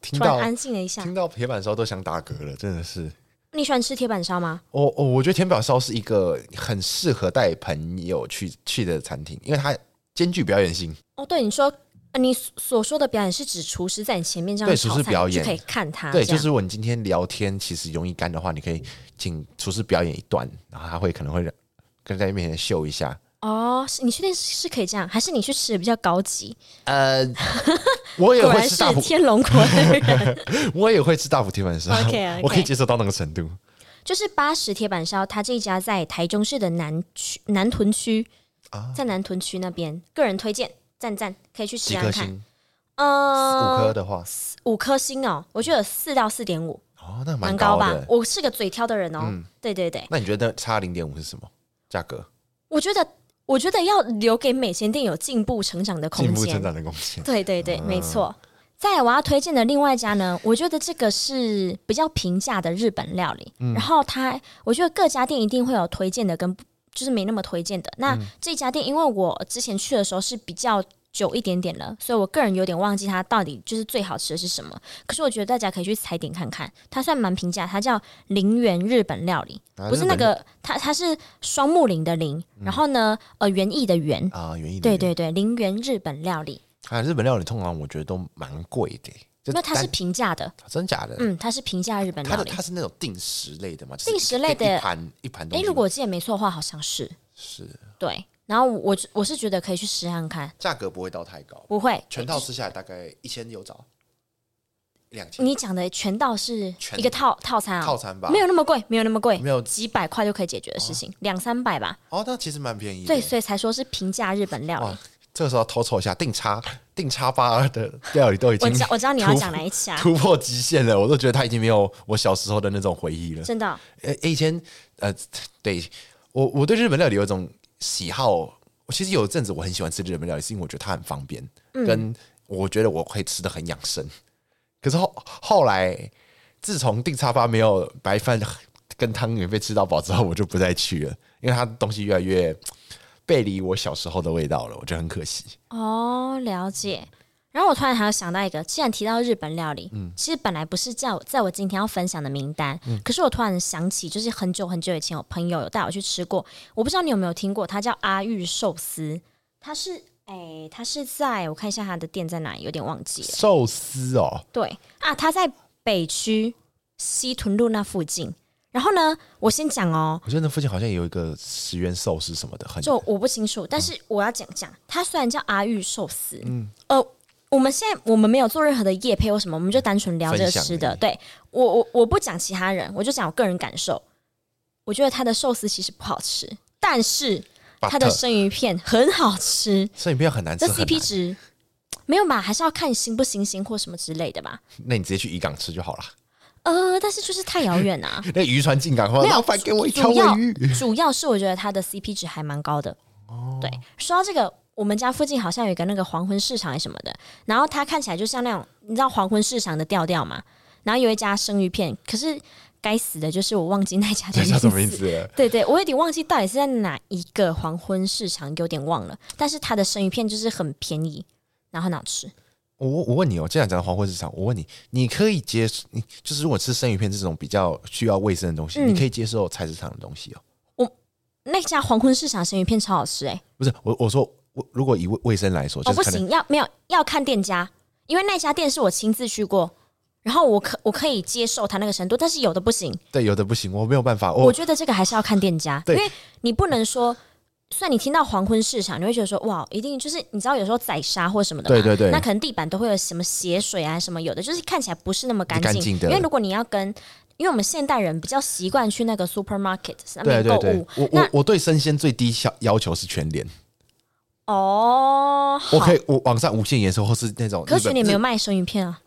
[SPEAKER 2] 听
[SPEAKER 1] 突然
[SPEAKER 2] 到
[SPEAKER 1] 安静了一下
[SPEAKER 2] 听。到铁板烧都想打嗝了，真的是。
[SPEAKER 1] 你喜欢吃铁板烧吗？
[SPEAKER 2] 我、我、我觉得铁板烧是一个很适合带朋友去去的餐厅，因为它兼具表演性。
[SPEAKER 1] 哦，对，你说。呃你所所说的表演是指厨师在你前面这样
[SPEAKER 2] 对
[SPEAKER 1] 炒
[SPEAKER 2] 厨师
[SPEAKER 1] 菜
[SPEAKER 2] 表
[SPEAKER 1] 你就
[SPEAKER 2] 演
[SPEAKER 1] 可以看他啊这
[SPEAKER 2] 对，
[SPEAKER 1] 样，
[SPEAKER 2] 就是如果你今天聊天其实容易干的话，你可以请厨师表演一段，然后他会可能会让跟在你面前秀一下。
[SPEAKER 1] 哦，是你确定是是可以这样，还是你去吃比较高级？
[SPEAKER 2] 呃，我也
[SPEAKER 1] 果
[SPEAKER 2] 会
[SPEAKER 1] 然
[SPEAKER 2] 吃
[SPEAKER 1] 是
[SPEAKER 2] 大埔，
[SPEAKER 1] 天龙国的人，
[SPEAKER 2] 我也会吃大埔铁板烧
[SPEAKER 1] OK，OK
[SPEAKER 2] 我可以接受到那个程度。
[SPEAKER 1] 就是八十铁板烧，它这一家在台中市的南区南屯区，
[SPEAKER 2] 啊
[SPEAKER 1] 在南屯区那边，个人推荐，赞赞，可以去试
[SPEAKER 2] 几
[SPEAKER 1] 看
[SPEAKER 2] 颗
[SPEAKER 1] 看。
[SPEAKER 2] 星？五颗
[SPEAKER 1] 呃，
[SPEAKER 2] 的话，
[SPEAKER 1] 五颗星哦，我觉得四到四点五，
[SPEAKER 2] 哦，那蛮
[SPEAKER 1] 蛮高吧
[SPEAKER 2] 的。。嗯
[SPEAKER 1] 我是个嘴挑的人哦，对对对，
[SPEAKER 2] 那你觉得差零点五是什么价格？
[SPEAKER 1] 我觉得我觉得要留给每间店有进步成长的
[SPEAKER 2] 进
[SPEAKER 1] 空
[SPEAKER 2] 步
[SPEAKER 1] 间
[SPEAKER 2] 成。长的空间。
[SPEAKER 1] 对对对，没错。
[SPEAKER 2] 嗯
[SPEAKER 1] 再来，我要推荐的另外一家呢，我觉得这个是比较平价的日本料理。
[SPEAKER 2] 嗯
[SPEAKER 1] 然后它，我觉得各家店一定会有推荐的跟不就是没那么推荐的。
[SPEAKER 2] 嗯
[SPEAKER 1] 那这家店，因为我之前去的时候是比较久一点点了，所以我个人有点忘记它到底就是最好吃的是什么。可是我觉得大家可以去踩点看看，它算蛮平价，它叫林园日本料理，
[SPEAKER 2] 啊
[SPEAKER 1] 不是
[SPEAKER 2] 日
[SPEAKER 1] 那
[SPEAKER 2] 本嗯
[SPEAKER 1] 个它它是双木林的林，然后呢呃园艺的园，
[SPEAKER 2] 啊，园艺的
[SPEAKER 1] 对
[SPEAKER 2] 园
[SPEAKER 1] 对对，林园日本料理。
[SPEAKER 2] 啊，日本料理通常我觉得都蛮贵的欸，就
[SPEAKER 1] 那它是
[SPEAKER 2] 单
[SPEAKER 1] 平价的，
[SPEAKER 2] 真假的？
[SPEAKER 1] 嗯，它是平价日本
[SPEAKER 2] 它
[SPEAKER 1] 料
[SPEAKER 2] 的
[SPEAKER 1] 理。
[SPEAKER 2] 它是那种定时类的嘛，就是
[SPEAKER 1] 定时类的
[SPEAKER 2] 一一盘一盘东
[SPEAKER 1] 诶，
[SPEAKER 2] 西。
[SPEAKER 1] 如果我记得没错的话，好像是
[SPEAKER 2] 是
[SPEAKER 1] 对。然后我我是觉得可以去试看看，
[SPEAKER 2] 价格不会到太高，
[SPEAKER 1] 不会
[SPEAKER 2] 全套吃下来大概一千有找，两千
[SPEAKER 1] 你讲的全套是
[SPEAKER 2] 全
[SPEAKER 1] 一个套套餐啊、
[SPEAKER 2] 套餐吧
[SPEAKER 1] 没。有那么贵，没有那么贵，
[SPEAKER 2] 没有
[SPEAKER 1] 几百块就可以解决的事情，两三百吧。
[SPEAKER 2] 哦，那其实蛮便宜的。
[SPEAKER 1] 对，所以才说是平价日本料理
[SPEAKER 2] 哇。，这个时候偷凑一下，定差 定差八二的料理都已
[SPEAKER 1] 我
[SPEAKER 2] 经
[SPEAKER 1] 知道我知道你要
[SPEAKER 2] 突
[SPEAKER 1] 讲哪一家，
[SPEAKER 2] 突破极限了，我都觉得它已经没有我小时候的那种回忆了。
[SPEAKER 1] 真的
[SPEAKER 2] 呃，以前呃，对我我对日本料理有一种喜好，我其实有一阵子我很喜欢吃日本料理，是因为我觉得它很方便，跟我觉得我可以吃的很养生。可是后后来，自从定叉八没有白饭跟汤圆被吃到饱之后，我就不再去了，因为它东西越来越背离我小时候的味道了，我觉得很可惜。
[SPEAKER 1] 哦，了解。然后我突然还有想到一个，既然提到日本料理，其实本来不是叫在我今天要分享的名单，可是我突然想起，就是很久很久以前，我朋友有带我去吃过，我不知道你有没有听过，它叫阿玉寿司，它是哎，它是在我看一下它的店在哪里，有点忘记了。
[SPEAKER 2] 寿司哦，
[SPEAKER 1] 对啊，它在北区西屯路那附近。然后呢，我先讲哦，
[SPEAKER 2] 我觉得那附近好像也有一个十元寿司什么的，很
[SPEAKER 1] 就我不清楚，但
[SPEAKER 2] 嗯
[SPEAKER 1] 是我要讲讲，它虽然叫阿玉寿司，嗯，呃，我们现在我们没有做任何的业配或什么，我们就单纯聊这个吃
[SPEAKER 2] 分享
[SPEAKER 1] 的。
[SPEAKER 2] 而已
[SPEAKER 1] 对我我我不讲其他人，我就讲我个人感受，我觉得它的寿司其实不好吃，但是它的
[SPEAKER 2] But-
[SPEAKER 1] 生鱼片很好吃，
[SPEAKER 2] 所以不要很难吃
[SPEAKER 1] 这
[SPEAKER 2] 很
[SPEAKER 1] CP
[SPEAKER 2] 难。
[SPEAKER 1] 值没有吧？还是要看新不新鲜或什么之类的吧。
[SPEAKER 2] 那你直接去渔港吃就好了。
[SPEAKER 1] 呃，但是就是太遥远啊。
[SPEAKER 2] 那渔船进港后，
[SPEAKER 1] 没有
[SPEAKER 2] 老板给我一条
[SPEAKER 1] 主
[SPEAKER 2] 尾
[SPEAKER 1] 要
[SPEAKER 2] 鱼。
[SPEAKER 1] 主要是我觉得它的 CP 值还蛮高的。
[SPEAKER 2] 哦
[SPEAKER 1] 对，说到这个，我们家附近好像有一个那个黄昏市场还是什么的，然后它看起来就像那种你知道黄昏市场的调调嘛，然后有一家生鱼片，可是该死的就是我忘记那家的
[SPEAKER 2] 这
[SPEAKER 1] 名
[SPEAKER 2] 叫什
[SPEAKER 1] 字。
[SPEAKER 2] 么名字？
[SPEAKER 1] 对对，我有点忘记到底是在哪一个黄昏市场，有点忘了。但是它的生鱼片就是很便宜，然后很好吃。
[SPEAKER 2] 我我问你哦，既然讲到黄昏市场，我问你，你可以接受你就是如果吃生鱼片这种比较需要卫生的东
[SPEAKER 1] 嗯
[SPEAKER 2] 西，你可以接受菜市场的东西哦？
[SPEAKER 1] 那家黄昏市场生鱼片超好吃哎、
[SPEAKER 2] 不是，我我说我如果以卫卫生来说，
[SPEAKER 1] 哦，
[SPEAKER 2] 就是
[SPEAKER 1] 不
[SPEAKER 2] 可能、
[SPEAKER 1] 行，要没有要看店家，因为那家店是我亲自去过，然后我可我可以接受他那个程度，但是有的不行。
[SPEAKER 2] 对有的不行，我没有办法，
[SPEAKER 1] 我
[SPEAKER 2] 我
[SPEAKER 1] 觉得这个还是要看店家，因
[SPEAKER 2] 对
[SPEAKER 1] 为你不能说。虽然你听到黄昏市场，你会觉得说哇，一定就是你知道有时候宰杀或什么的嘛，
[SPEAKER 2] 对对对
[SPEAKER 1] 那可能地板都会有什么血水啊什么有的，就是看起来不是那么干
[SPEAKER 2] 干净的
[SPEAKER 1] 因为如果你要跟，因为我们现代人比较习惯去那个 supermarket 上
[SPEAKER 2] 对
[SPEAKER 1] 面购
[SPEAKER 2] 对
[SPEAKER 1] 物，
[SPEAKER 2] 对，我
[SPEAKER 1] 那
[SPEAKER 2] 我我对生鲜最低要要求是全脸，
[SPEAKER 1] 哦，
[SPEAKER 2] 我
[SPEAKER 1] 好
[SPEAKER 2] 可，以我网上无限延伸或是那种
[SPEAKER 1] 可
[SPEAKER 2] 日
[SPEAKER 1] 是
[SPEAKER 2] 本
[SPEAKER 1] 你没有
[SPEAKER 2] 日
[SPEAKER 1] 卖生鱼片啊？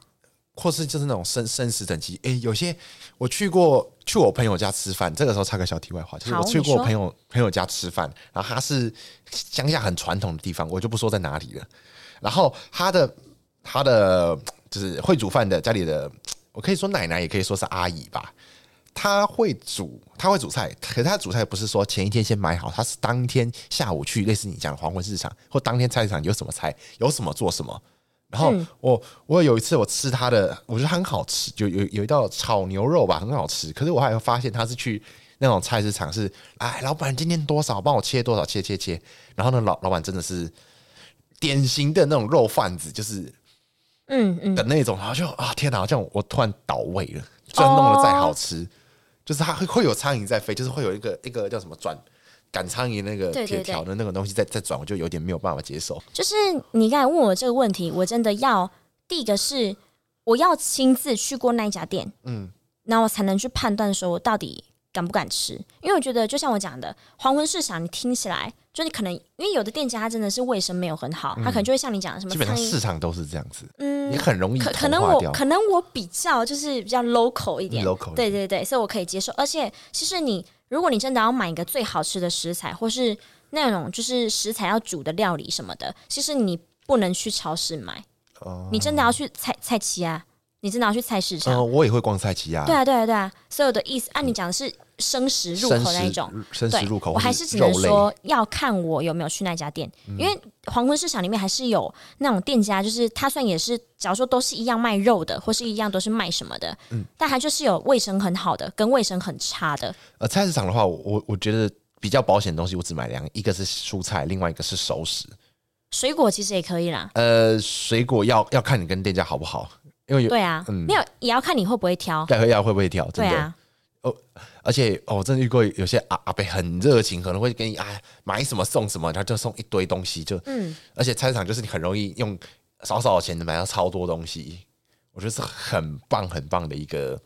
[SPEAKER 2] 或是就是那种生生食等级，诶，有些我去过去我朋友家吃饭，这个时候插个小题外话，就是
[SPEAKER 1] 好
[SPEAKER 2] 我去
[SPEAKER 1] 你
[SPEAKER 2] 过
[SPEAKER 1] 说
[SPEAKER 2] 我朋友朋友家吃饭，然后他是乡下很传统的地方，我就不说在哪里了。然后他的他的就是会煮饭的家里的，我可以说奶奶，也可以说是阿姨吧。他会煮，他会煮菜，可是他煮菜不是说前一天先买好，他是当天下午去类似你讲的黄昏市场或当天菜市场有什么菜，有什么做什么。然后我我有一次我吃他的，我觉得它很好吃，就有有一道炒牛肉吧，很好吃。可是我还发现他是去那种菜市场是，哎，老板今天多少，帮我切多少，切切切。然后呢，老老板真的是典型的那种肉贩子，就是
[SPEAKER 1] 嗯嗯，
[SPEAKER 2] 的那种，然后就啊天哪，这样我突然倒胃了，虽然弄得再好吃，
[SPEAKER 1] 哦
[SPEAKER 2] 就是它会会有苍蝇在飞，就是会有一个一个叫什么转赶苍蝇那个
[SPEAKER 1] 对对
[SPEAKER 2] 铁
[SPEAKER 1] 对
[SPEAKER 2] 条的那个东西在在转，我就有点没有办法接受。
[SPEAKER 1] 就是你刚才问我这个问题，我真的要第一个是我要亲自去过那一家店，嗯，然后我才能去判断说我到底敢不敢吃，因为我觉得就像我讲的，黄昏市场你听起来就你可能因为有的店家他真的是卫生没有很好，他可能就会像你讲的什么
[SPEAKER 2] 嗯基本
[SPEAKER 1] 苍
[SPEAKER 2] 上
[SPEAKER 1] 蝇
[SPEAKER 2] 市场都是这样子，
[SPEAKER 1] 嗯
[SPEAKER 2] 你很容易
[SPEAKER 1] 可可
[SPEAKER 2] 同
[SPEAKER 1] 能
[SPEAKER 2] 化
[SPEAKER 1] 我
[SPEAKER 2] 掉。
[SPEAKER 1] 可能我比较就是比较 local 一点
[SPEAKER 2] local 一
[SPEAKER 1] 对对对，所以我可以接受。而且其实你如果你真的要买一个最好吃的食材，或是那种就是食材要煮的料理什么的，其实你不能去超市买，
[SPEAKER 2] 哦
[SPEAKER 1] 你真的要去菜菜期啊，你真的要去菜市场。
[SPEAKER 2] 嗯，我也会逛菜奇亚，
[SPEAKER 1] 对啊对啊对啊，所有的意思按、你讲的是生食入
[SPEAKER 2] 生
[SPEAKER 1] 口那一种。
[SPEAKER 2] 食生
[SPEAKER 1] 对
[SPEAKER 2] 食，入口，
[SPEAKER 1] 我还
[SPEAKER 2] 是
[SPEAKER 1] 是只能
[SPEAKER 2] 肉类嗯
[SPEAKER 1] 说要看我有没有去那家店，因为黄昏市场里面还是有那种店家，就是他虽然也是，假如说都是一样卖肉的，或是一样都是卖什么的，
[SPEAKER 2] 嗯
[SPEAKER 1] 但他就是有卫生很好的跟卫生很差的，
[SPEAKER 2] 呃，菜市场的话，我我我觉得比较保险的东西，我只买两个，一个是蔬菜，另外一个是熟食。
[SPEAKER 1] 水果其实也可以啦，
[SPEAKER 2] 呃，水果要要看你跟店家好不好，因为有
[SPEAKER 1] 对啊，
[SPEAKER 2] 嗯
[SPEAKER 1] 没有也要看你会不会挑，
[SPEAKER 2] 待会要会不会挑，
[SPEAKER 1] 对
[SPEAKER 2] 真的。
[SPEAKER 1] 啊，
[SPEAKER 2] 而且哦，我真的遇过有些阿阿伯很热情，可能会给你哎买什么送什么，然后就送一堆东西，就
[SPEAKER 1] 嗯，
[SPEAKER 2] 而且菜市场就是你很容易用少少的钱买到超多东西，我觉得是很棒很棒的一个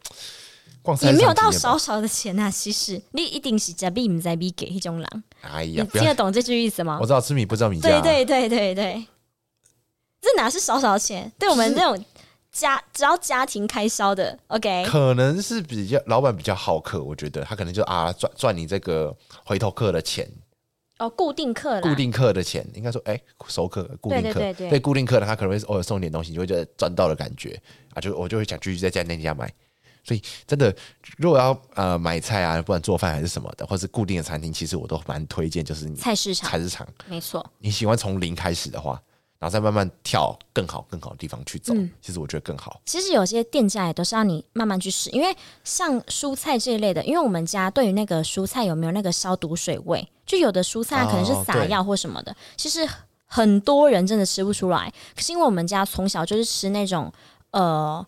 [SPEAKER 2] 逛菜
[SPEAKER 1] 也
[SPEAKER 2] 市
[SPEAKER 1] 没
[SPEAKER 2] 场
[SPEAKER 1] 有到
[SPEAKER 2] 体验吧
[SPEAKER 1] 少，少的钱啊，其实你一定是在币唔在币给一种狼，
[SPEAKER 2] 哎
[SPEAKER 1] 你
[SPEAKER 2] 呀，不
[SPEAKER 1] 听得
[SPEAKER 2] 要，
[SPEAKER 1] 懂这句意思吗
[SPEAKER 2] 我？知道吃米不知道米
[SPEAKER 1] 对
[SPEAKER 2] 价，
[SPEAKER 1] 对对对对，这哪是少少钱？对我们这种家只要家庭开销的，OK，
[SPEAKER 2] 可能是比较老板比较好客，我觉得他可能就啊赚赚你这个回头客的钱，
[SPEAKER 1] 哦，固定客啦，
[SPEAKER 2] 固定客的钱，应该说哎、熟客固定客，
[SPEAKER 1] 对对对
[SPEAKER 2] 固定客呢，他可能会偶尔送你点东西，你就会觉得赚到的感觉啊，就我就会想继续在家那家买。所以真的，如果要呃买菜啊，不管做饭还是什么的，或是固定的餐厅，其实我都蛮推荐，就是你
[SPEAKER 1] 菜市场，
[SPEAKER 2] 菜市场，
[SPEAKER 1] 没错，
[SPEAKER 2] 你喜欢从零开始的话，然后再慢慢跳更好更好的地方去走，
[SPEAKER 1] 嗯
[SPEAKER 2] 其实我觉得更好。
[SPEAKER 1] 其实有些店家也都是让你慢慢去试，因为像蔬菜这一类的，因为我们家对于那个蔬菜有没有那个消毒水味，就有的蔬菜它可能是
[SPEAKER 2] 哦
[SPEAKER 1] 撒
[SPEAKER 2] 对
[SPEAKER 1] 药或什么的，其实很多人真的吃不出来。可是因为我们家从小就是吃那种呃，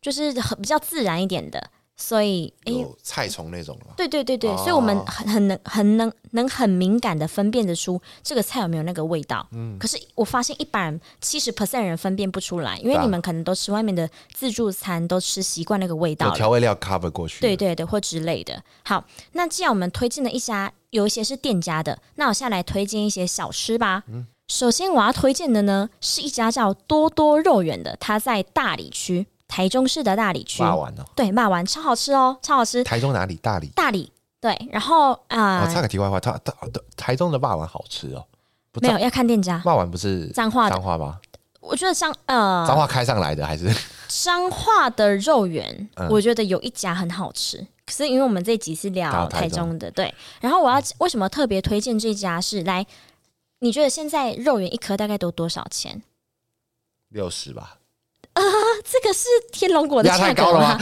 [SPEAKER 1] 就是很比较自然一点的，所以诶。
[SPEAKER 2] 有菜虫那种吗？
[SPEAKER 1] 对对对对，
[SPEAKER 2] 哦
[SPEAKER 1] 所以我们很很能很能能很敏感的分辨得出这个菜有没有那个味道。
[SPEAKER 2] 嗯
[SPEAKER 1] 可是我发现一般七十 percent 人分辨不出来，因为
[SPEAKER 2] 对啊
[SPEAKER 1] 你们可能都吃外面的自助餐，都吃习惯那个味道
[SPEAKER 2] 有
[SPEAKER 1] 了。
[SPEAKER 2] 调味料 cover 过去。
[SPEAKER 1] 对对对，或之类的。好，那既然我们推荐了一家，有一些是店家的，那我下来推荐一些小吃吧。
[SPEAKER 2] 嗯
[SPEAKER 1] 首先我要推荐的呢，是一家叫多多肉圆的，它在大理区，台中市的大理区。
[SPEAKER 2] 挖完了。
[SPEAKER 1] 对，骂完超好吃哦，超好吃。
[SPEAKER 2] 哦台中哪里？大理。
[SPEAKER 1] 大理对，然后啊、
[SPEAKER 2] 哦，插个题外话，他他台中的霸王好吃哦，不
[SPEAKER 1] 没有要看店家，
[SPEAKER 2] 霸王不是
[SPEAKER 1] 彰化的
[SPEAKER 2] 彰化吗？
[SPEAKER 1] 我觉得彰呃
[SPEAKER 2] 彰化开上来的还是
[SPEAKER 1] 彰化的肉圆，
[SPEAKER 2] 嗯
[SPEAKER 1] 我觉得有一家很好吃。可是因为我们这集是聊
[SPEAKER 2] 聊
[SPEAKER 1] 台
[SPEAKER 2] 台中嗯
[SPEAKER 1] 中的，对，然后我要为什么特别推荐这家是来？你觉得现在肉圆一颗大概都多少钱？
[SPEAKER 2] 六十吧？
[SPEAKER 1] 这个是天龙果的
[SPEAKER 2] 压
[SPEAKER 1] 价
[SPEAKER 2] 太
[SPEAKER 1] 格
[SPEAKER 2] 高了吗？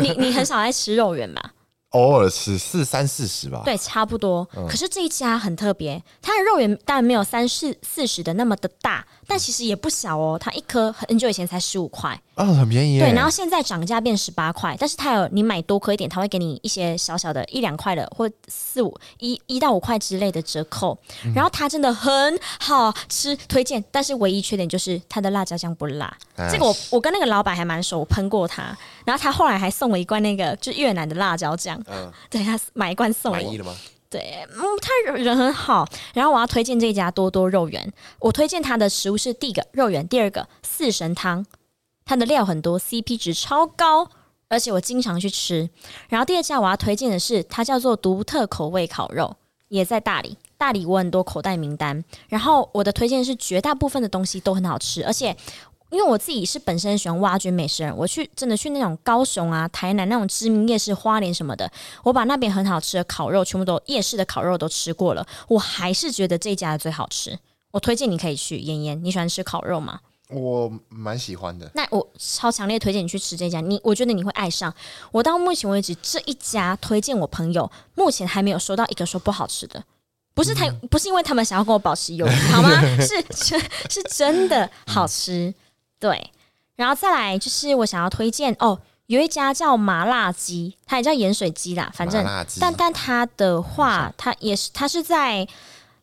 [SPEAKER 1] 你你很少爱吃肉圆吧？
[SPEAKER 2] 偶尔吃四三四十吧。
[SPEAKER 1] 对，差不多。可是这一家很特别，它的肉圆当然没有三四四十的那么的大，但其实也不小哦。它一颗很久以前才十五块，
[SPEAKER 2] 啊，很便宜耶。
[SPEAKER 1] 对，然后现在涨价变十八块，但是它有你买多颗一点，它会给你一些小小的一两块的或四五一一到五块之类的折扣。然后它真的很好吃，推荐。但是唯一缺点就是它的辣椒酱不辣，
[SPEAKER 2] 啊
[SPEAKER 1] 这个我我跟那个老板还蛮熟，我喷过他。然后他后来还送我一罐那个就是越南的辣椒酱，
[SPEAKER 2] 嗯
[SPEAKER 1] 对他买一罐送
[SPEAKER 2] 满
[SPEAKER 1] 我
[SPEAKER 2] 意。了吗？
[SPEAKER 1] 对，嗯，他人很好。然后我要推荐这家多多肉圆，我推荐它的食物是第一个肉圆，第二个四神汤，它的料很多，CP 值超高，而且我经常去吃。然后第二家我要推荐的是，它叫做独特口味烤肉，也在大理。大理我很多口袋名单，然后我的推荐是绝大部分的东西都很好吃，而且因为我自己是本身喜欢挖掘美食人，我去真的去那种高雄啊、台南那种知名夜市、花莲什么的，我把那边很好吃的烤肉全部都夜市的烤肉都吃过了，我还是觉得这一家的最好吃。我推荐你可以去，妍妍，你喜欢吃烤肉吗？
[SPEAKER 2] 我蛮喜欢的。
[SPEAKER 1] 那我超强烈推荐你去吃这家，你我觉得你会爱上。我到目前为止这一家推荐我朋友，目前还没有收到一个说不好吃的。不是他，
[SPEAKER 2] 嗯
[SPEAKER 1] 不是因为他们想要跟我保持 友谊，好吗？是真，是真的好吃。对，然后再来就是我想要推荐哦，有一家叫麻辣鸡，它也叫盐水鸡啦，反正
[SPEAKER 2] 麻辣鸡
[SPEAKER 1] 但但它的话，它也是它是在，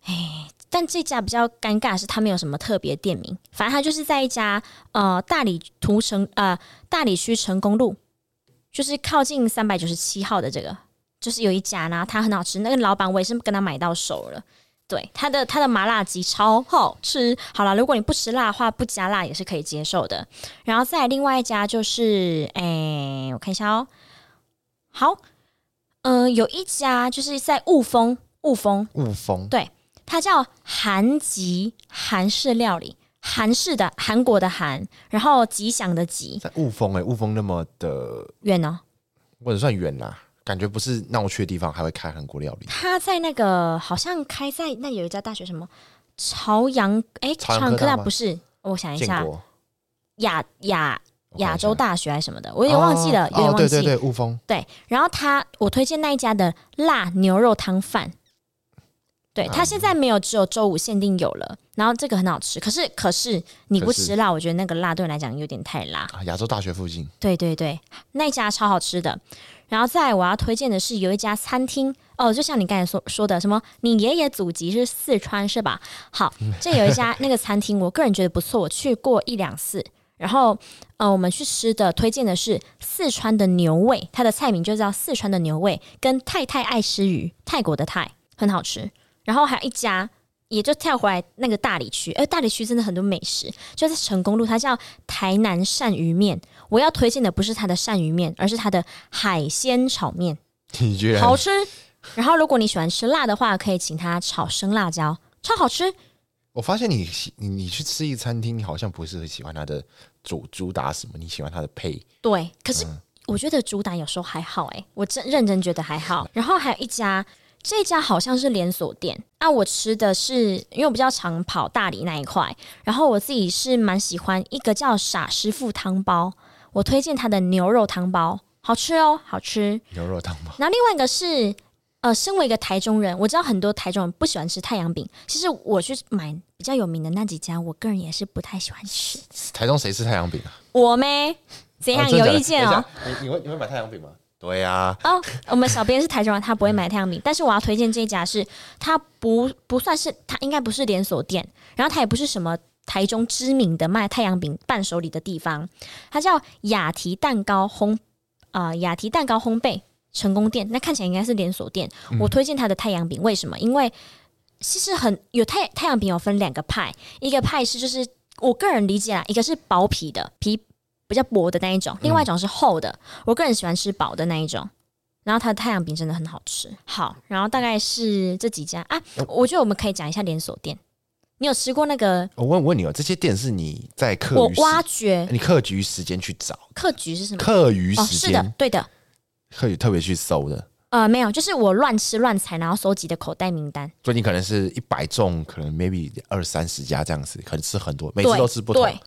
[SPEAKER 1] 哎，但这家比较尴尬的是它没有什么特别店名，反正它就是在一家呃大理图城呃大理区成功路，就是靠近三百九十七号的这个，就是有一家呢，它很好吃，那个老板我也是跟他买到手了。对，它的它的麻辣鸡超好吃。好了，如果你不吃辣的话，不加辣也是可以接受的。然后再来另外一家就是，哎、我看一下哦，好，呃，有一家就是在雾峰，雾峰
[SPEAKER 2] 雾峰
[SPEAKER 1] 对，它叫韩吉韩式料理，韩式的韩国的韩，然后吉祥的吉，
[SPEAKER 2] 在雾峰哎、雾峰那么的，
[SPEAKER 1] 远哦。
[SPEAKER 2] 或者算远啦，感觉不是闹区的地方还会开韩国料理。
[SPEAKER 1] 他在那个好像开在那有一家大学什么朝阳哎，
[SPEAKER 2] 朝阳
[SPEAKER 1] 朝阳
[SPEAKER 2] 科
[SPEAKER 1] 科
[SPEAKER 2] 大
[SPEAKER 1] 大
[SPEAKER 2] 吗
[SPEAKER 1] 不是？我想一
[SPEAKER 2] 建
[SPEAKER 1] 下，
[SPEAKER 2] 国
[SPEAKER 1] 亚亚
[SPEAKER 2] 我看一下
[SPEAKER 1] 亚洲大学还是什么的，我有点忘记了，
[SPEAKER 2] 哦
[SPEAKER 1] 有点
[SPEAKER 2] 哦
[SPEAKER 1] 忘记。
[SPEAKER 2] 对对对，雾峰
[SPEAKER 1] 对然后他我推荐那一家的辣牛肉汤饭，
[SPEAKER 2] 啊
[SPEAKER 1] 对，他现在没有，只有周五限定有了。然后这个很好吃，可是可是你不
[SPEAKER 2] 可是
[SPEAKER 1] 吃辣，我觉得那个辣对你来讲有点太辣。
[SPEAKER 2] 啊亚洲大学附近，
[SPEAKER 1] 对对对，那一家超好吃的。然后再来我要推荐的是有一家餐厅哦，就像你刚才说说的，什么你爷爷祖籍是四川是吧？好，这有一家那个餐厅，我个人觉得不错，我去过一两次。然后，呃，我们去吃的推荐的是四川的牛味，它的菜名就叫四川的牛味，跟太太爱吃鱼，泰国的泰，很好吃。然后还有一家，也就跳回来那个大理区，哎，大理区真的很多美食，就在成功路，它叫台南鳝鱼面，我要推荐的不是它的鳝鱼面，而是它的海鲜炒面，
[SPEAKER 2] 你居然
[SPEAKER 1] 好吃。然后，如果你喜欢吃辣的话，可以请它炒生辣椒，超好吃。
[SPEAKER 2] 我发现你喜你你去吃一餐厅，你好像不是很喜欢它的主主打什么，你喜欢它的配
[SPEAKER 1] 对，可是我觉得主打有时候还好、欸，我真认真觉得还好。然后还有一家，这家好像是连锁店啊，我吃的是因为我比较常跑大理那一块，然后我自己是蛮喜欢一个叫傻师傅汤包，我推荐它的牛肉汤包，好吃哦，好吃。
[SPEAKER 2] 牛肉汤 吗？
[SPEAKER 1] 然后另外一个是，呃，身为一个台中人，我知道很多台中人不喜欢吃太阳饼。其实我去买比较有名的那几家，我个人也是不太喜欢吃。
[SPEAKER 2] 台中谁吃太阳饼啊？
[SPEAKER 1] 我咩？怎样、
[SPEAKER 2] 哦真
[SPEAKER 1] 有
[SPEAKER 2] 的假的
[SPEAKER 1] 意见哦？
[SPEAKER 2] 等一下你你会你会买太阳饼吗？对啊呀、
[SPEAKER 1] 哦，我们小编是台中人，啊他不会买太阳饼，但是我要推荐这一家是，它不不算是，它应该不是连锁店，然后它也不是什么台中知名的卖太阳饼伴手礼的地方，它叫雅提蛋糕烘啊雅提蛋糕烘焙成功店，那看起来应该是连锁店。我推荐它的太阳饼，为什么？因为其实很有太太阳饼有分两个派，一个派是就是我个人理解啊，一个是薄皮的皮。比较薄的那一种，另外一种是厚的。我个人喜欢吃薄的那一种。然后它的太阳饼真的很好吃。好，然后大概是这几家啊，我觉得我们可以讲一下连锁店。你有吃过那个？
[SPEAKER 2] 我问我问你哦，这些店是你在课
[SPEAKER 1] 我
[SPEAKER 2] 余时
[SPEAKER 1] 挖掘
[SPEAKER 2] 你课余时间去找，
[SPEAKER 1] 客局是什么？
[SPEAKER 2] 课余
[SPEAKER 1] 哦，
[SPEAKER 2] 时
[SPEAKER 1] 是
[SPEAKER 2] 间、
[SPEAKER 1] 的，对的，
[SPEAKER 2] 课余特别去搜的，
[SPEAKER 1] 呃，没有，就是我乱吃乱踩，然后搜集的口袋名单。
[SPEAKER 2] 所以你可能是一百中，可能 maybe 二三十家这样子，可能吃很多，每次
[SPEAKER 1] 对
[SPEAKER 2] 都吃不同。
[SPEAKER 1] 对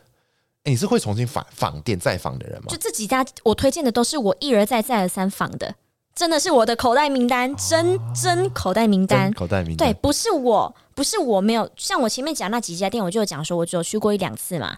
[SPEAKER 2] 诶你是会重新访访店再访的人吗
[SPEAKER 1] 就？这几家我推荐的都是我一而再再而三访的，真的是我的口袋名单，真真口袋名单
[SPEAKER 2] 真。口袋名
[SPEAKER 1] 对，
[SPEAKER 2] 单，
[SPEAKER 1] 不是我，不是我没有，像我前面讲那几家店，我就有讲说，我只有去过一两次嘛，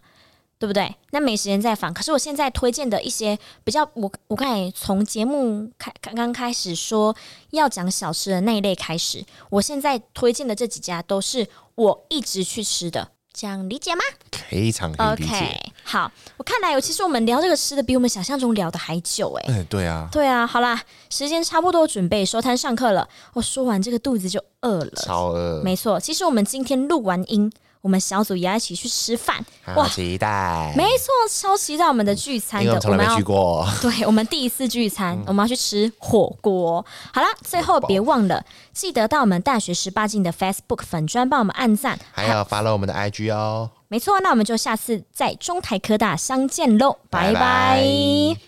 [SPEAKER 1] 对不对？那没时间再访。可是我现在推荐的一些比较，我我刚才从节目开刚刚开始说要讲小吃的那一类开始，我现在推荐的这几家都是我一直去吃的，这样理解吗
[SPEAKER 2] 非常可以嗯理解。
[SPEAKER 1] ？OK，好，我看来有，其实我们聊这个吃的比我们想象中聊的还久哎、
[SPEAKER 2] 嗯，对啊，
[SPEAKER 1] 对啊，好啦，时间差不多，准备收摊上课了。我说完这个肚子就饿了，
[SPEAKER 2] 超饿，
[SPEAKER 1] 没错，其实我们今天录完音，我们小组也要一起去吃饭。
[SPEAKER 2] 好
[SPEAKER 1] 哇
[SPEAKER 2] 期待，
[SPEAKER 1] 没错，超期待我们的聚餐
[SPEAKER 2] 因为我
[SPEAKER 1] 的
[SPEAKER 2] 们，从来没
[SPEAKER 1] 要
[SPEAKER 2] 去过。
[SPEAKER 1] 对我们第一次聚餐，
[SPEAKER 2] 嗯
[SPEAKER 1] 我们要去吃火锅。好啦，最后别忘了记得到我们大学十八禁的 Facebook 粉专帮我们按赞，
[SPEAKER 2] 还有 follow 我们的 IG 哦，
[SPEAKER 1] 没错，那我们就下次在中台科大相见喽，拜
[SPEAKER 2] 拜
[SPEAKER 1] 拜
[SPEAKER 2] 拜